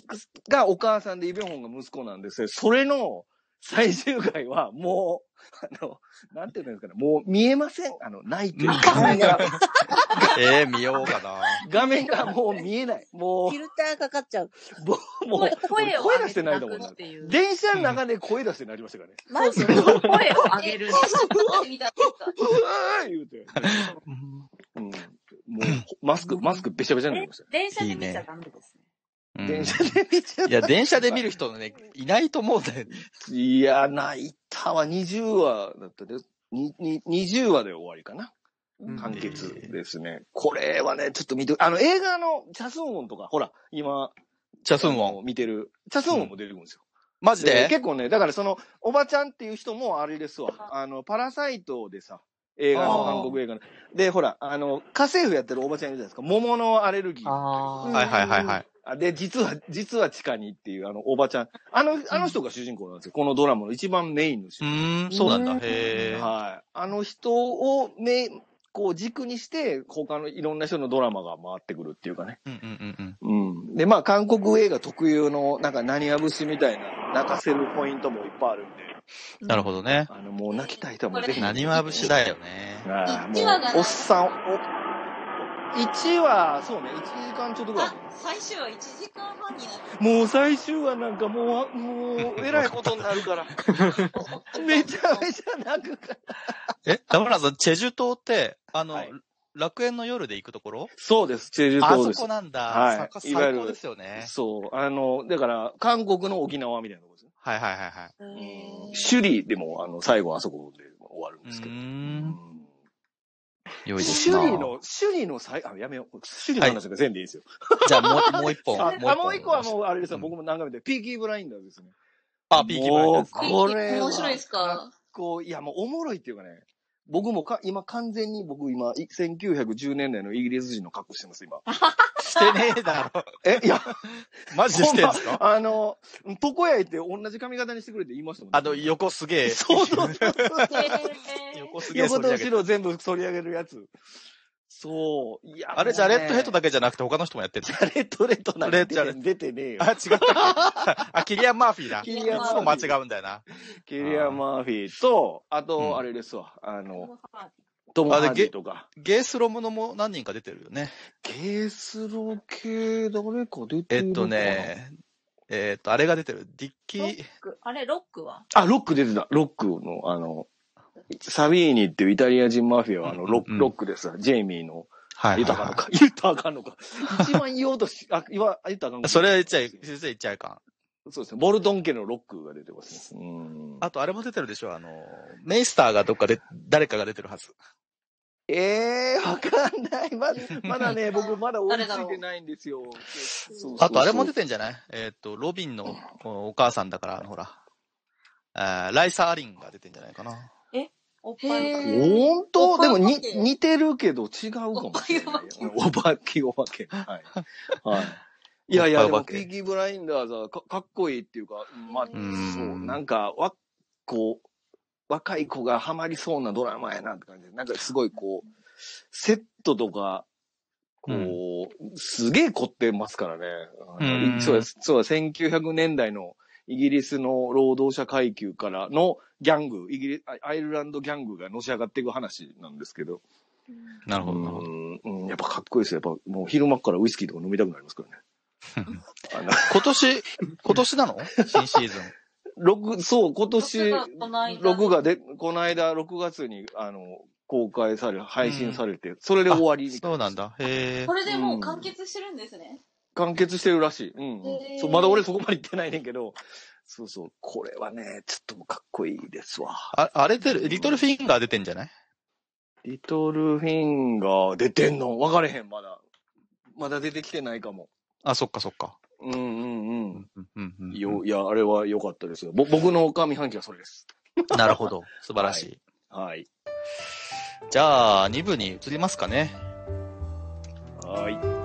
[SPEAKER 7] がお母さんでイ・ビョンホンが息子なんですよ。それの最終回は、もう、あの、なんていうんですかね、もう見えません。あの、ないというか画面が、
[SPEAKER 1] えー、見ようかな。
[SPEAKER 7] 画面がもう見えない。も
[SPEAKER 5] フィルターかかっちゃう。
[SPEAKER 7] う、もう、
[SPEAKER 4] 声を上
[SPEAKER 7] 声出
[SPEAKER 4] げ
[SPEAKER 7] して
[SPEAKER 4] て
[SPEAKER 7] ない
[SPEAKER 4] 泣
[SPEAKER 7] と思う
[SPEAKER 4] くっていう。
[SPEAKER 7] 電車の中で声出してなりましたからね。
[SPEAKER 5] マジ
[SPEAKER 4] そうそう声を上げるんです。
[SPEAKER 2] 見た見た
[SPEAKER 7] うわー言うて。うん、もう、マスク、マスクべしゃべしゃになりましたよ。
[SPEAKER 2] 電車で見ちゃダメですね。
[SPEAKER 1] うん
[SPEAKER 7] 電車で見ちゃった
[SPEAKER 1] いや、電車で見る人ね、いないと思うんだよね。
[SPEAKER 7] いや、泣いたわ。20話だったで、にに20話で終わりかな。完結ですね。これはね、ちょっと見て、あの、映画のチャスンウォンとか、ほら、今、
[SPEAKER 1] チャスンウ
[SPEAKER 7] あ
[SPEAKER 1] ォ
[SPEAKER 7] の
[SPEAKER 1] ン。
[SPEAKER 7] 見てる、チャスンウォンも出てくるんですよ。
[SPEAKER 1] マジ
[SPEAKER 7] で
[SPEAKER 1] で
[SPEAKER 7] 結構ね、だからその、おばちゃんっていう人もあれですわ。あの、パラサイトでさ、映画の、
[SPEAKER 1] あー
[SPEAKER 7] 韓国映画の。で、ほら、あの、家政婦やってるおばちゃんいるじゃないですか。桃のアレルギーだったりと
[SPEAKER 3] あ
[SPEAKER 7] か
[SPEAKER 1] は
[SPEAKER 3] ー
[SPEAKER 1] いはいはいはい。
[SPEAKER 7] あで、実は、実は地下にっていう、あの、おばちゃん。あの、あの人が主人公なんですよ。このドラマの一番メインの主
[SPEAKER 1] う
[SPEAKER 7] 人
[SPEAKER 1] ーん、そうなんだ。
[SPEAKER 5] うん
[SPEAKER 7] 公。
[SPEAKER 1] へー
[SPEAKER 7] はい。あの人を、め、こう、軸にして、他のいろんな人のドラマが回ってくるっていうかね。
[SPEAKER 1] うんうんうんうん。
[SPEAKER 7] うん。で、まあ、韓国映画特有の、なんか、何あぶしみたいな、泣かせるポイントもいっぱいあるんで、
[SPEAKER 1] なるほどね。
[SPEAKER 7] あの、もう泣きたい人はもうぜひ。
[SPEAKER 1] 何は節だよね。
[SPEAKER 7] ああ、も
[SPEAKER 2] 一話が
[SPEAKER 7] う、おっさん、お、1話、そうね、1時間ちょっとぐらい
[SPEAKER 2] あ。、最終話1時間半になって
[SPEAKER 7] もう最終話なんかもう、もう、えらいことにな るから。めちゃめちゃ泣くから。
[SPEAKER 1] え、ダ村さん、チェジュ島って、あの、
[SPEAKER 7] はい
[SPEAKER 1] 楽園の夜で行くところ
[SPEAKER 7] そうです、チェジュ
[SPEAKER 1] あ
[SPEAKER 7] 島
[SPEAKER 1] そ
[SPEAKER 7] です
[SPEAKER 1] こ。なんだ。
[SPEAKER 7] は
[SPEAKER 1] さ
[SPEAKER 7] いいわゆ
[SPEAKER 1] 最
[SPEAKER 7] る
[SPEAKER 1] 高ですよね。
[SPEAKER 7] そう、あの、だから、韓国の沖縄みたいなところですね。
[SPEAKER 1] はいはいはいはい。
[SPEAKER 7] うん首里でも、あの、最後あそこで終わるん
[SPEAKER 1] う
[SPEAKER 7] ですけ
[SPEAKER 1] ー
[SPEAKER 7] ど。うん
[SPEAKER 1] ん。良い
[SPEAKER 7] 首
[SPEAKER 1] ですな
[SPEAKER 7] 里の、首里の最、あ、やめよう。首里の話が全然いいですよ。
[SPEAKER 1] じゃあもう、もう一本。
[SPEAKER 7] あ、あもう一個は
[SPEAKER 1] う。
[SPEAKER 7] もう、あれですよ、
[SPEAKER 1] うん
[SPEAKER 7] 僕も何回も言って、ピーキーブラインダーですね。
[SPEAKER 1] あ、ピーキーバインダーですね
[SPEAKER 7] もうこれは
[SPEAKER 2] 面白いですか
[SPEAKER 7] こう、いや、もうおもろいっていうかね、僕もか、今完全に僕今、い1910年代のイギリス人の格好してます、 今。
[SPEAKER 1] してねえだろ。
[SPEAKER 7] え、いや、
[SPEAKER 1] マジでしてんす
[SPEAKER 7] ほん
[SPEAKER 1] か
[SPEAKER 7] まあの、床屋行って同じ髪型にしてくれって言いましたもん、
[SPEAKER 1] あの、横すげえ。
[SPEAKER 7] そうそうそう。
[SPEAKER 2] へー
[SPEAKER 1] 横すげえ
[SPEAKER 7] 横
[SPEAKER 1] 反り上げ
[SPEAKER 7] と
[SPEAKER 1] て。
[SPEAKER 7] 後ろ全部反り上げるやつ。そう。いや、
[SPEAKER 1] あれ、じゃあレッドヘッドだけじゃなくて他の人もやってる
[SPEAKER 7] ジ。ャレットレッドなん
[SPEAKER 1] レ
[SPEAKER 7] て
[SPEAKER 1] ッドジャレッ
[SPEAKER 7] 出てねえよ
[SPEAKER 1] あ、違。ったっけ あ、キリアン・マーフィーだ。
[SPEAKER 7] キ
[SPEAKER 1] い
[SPEAKER 7] リアンマ
[SPEAKER 1] つ
[SPEAKER 7] ーフ
[SPEAKER 1] も
[SPEAKER 7] ィ
[SPEAKER 1] 間
[SPEAKER 7] ー
[SPEAKER 1] 違うんだよな。
[SPEAKER 7] キリアン・マーフィーと、あ
[SPEAKER 1] うん
[SPEAKER 7] と、あれですわ、あの、
[SPEAKER 4] あ
[SPEAKER 7] トム・ハ
[SPEAKER 1] あで
[SPEAKER 7] ーディとか。
[SPEAKER 1] ゲースロものも何人か出てるよね。
[SPEAKER 7] ケースロ系、誰か出て
[SPEAKER 1] え
[SPEAKER 7] る
[SPEAKER 1] っとね、えっと、あれが出てる。ディッキー、
[SPEAKER 4] あれ、ロックは
[SPEAKER 7] あ、ロック出てた。ロックの、あの、サビーニっていうイタリア人マフィアは、あの、ロ
[SPEAKER 1] うん
[SPEAKER 7] ッ
[SPEAKER 1] う
[SPEAKER 7] ク、
[SPEAKER 1] ん
[SPEAKER 7] ロックですわ。ジェイミーの。
[SPEAKER 1] は
[SPEAKER 7] 言ったらあかんのか。言ったらあかんのか。 一番言おうとし、あ、言わ、言ったらあかんのか
[SPEAKER 1] それは言っちゃい、先生言っちゃいかん。
[SPEAKER 7] そうですね。ボルトン家のロックが出てますね。うん。
[SPEAKER 1] あと、あれも出てるでしょあの、メイスターがどっかで、誰かが出てるはず。
[SPEAKER 7] ええー、わかんない。まだ、まだ ね、僕まだ追いついてないんですよ。そうそうそう
[SPEAKER 1] あと、あれも出てんじゃないえっと、ロビンのおお母さんだから、ほら。あーライサー・アリンが出てんじゃないかな。
[SPEAKER 4] おっぱい
[SPEAKER 2] へー
[SPEAKER 7] 本当でも
[SPEAKER 4] お化
[SPEAKER 7] に
[SPEAKER 4] け
[SPEAKER 7] 似てるけど違うかもしれない。お化け、お化け。はい。 はい。いやいや、
[SPEAKER 1] お
[SPEAKER 7] で
[SPEAKER 1] っぱいお化
[SPEAKER 7] も、
[SPEAKER 1] け
[SPEAKER 7] ピーキーブラインダーズはかかっこいいっていうか、まあ、そう
[SPEAKER 4] うん
[SPEAKER 1] ん。
[SPEAKER 7] そう、なんか、わ、こう、若い子がハマりそうなドラマやなって感じで、なんかすごいこう、セットとか、こう、すげえ凝ってますからね。あの
[SPEAKER 1] うん
[SPEAKER 7] そうです。そうです。1900年代のイギリスの労働者階級からのギャング、イギリアアイルランドギャングがのし上がっていく話なんですけど。
[SPEAKER 1] なる
[SPEAKER 7] う
[SPEAKER 1] ほど、なるほど。
[SPEAKER 7] ん、うんやっぱかっこいいですよ。やっぱもう昼間からウイスキーとか飲みたくなりますからね。あの
[SPEAKER 1] 今年、今年なの 新シーズン。
[SPEAKER 7] 六そう、今年、
[SPEAKER 4] 六がこの間
[SPEAKER 7] 6がで、この間6月に、あの、公開され、配信されて、それで終わりみたい
[SPEAKER 1] そうなんだ。へえ
[SPEAKER 2] こ。れでもう完結してるんですね。
[SPEAKER 7] 完結してるらしい。うん、うん
[SPEAKER 2] へー
[SPEAKER 7] そう。まだ俺そこまで行ってないねんけど、そうそう。これはね、ちょっともうかっこいいですわ。
[SPEAKER 1] ああれ出る、リトルフィンガー出てんじゃない
[SPEAKER 7] リトルフィンが出てんの分かれへん、まだ。まだ出てきてないかも。
[SPEAKER 1] あ、そっかそっか。
[SPEAKER 7] うんうんうん。
[SPEAKER 1] うんうんうん
[SPEAKER 7] よ、いや、あれは良かったですよ。ぼ、僕の上半期はそれです。
[SPEAKER 1] なるほど。素晴らしい。
[SPEAKER 7] はい。
[SPEAKER 1] じゃあ、2部に移りますかね。
[SPEAKER 7] はい。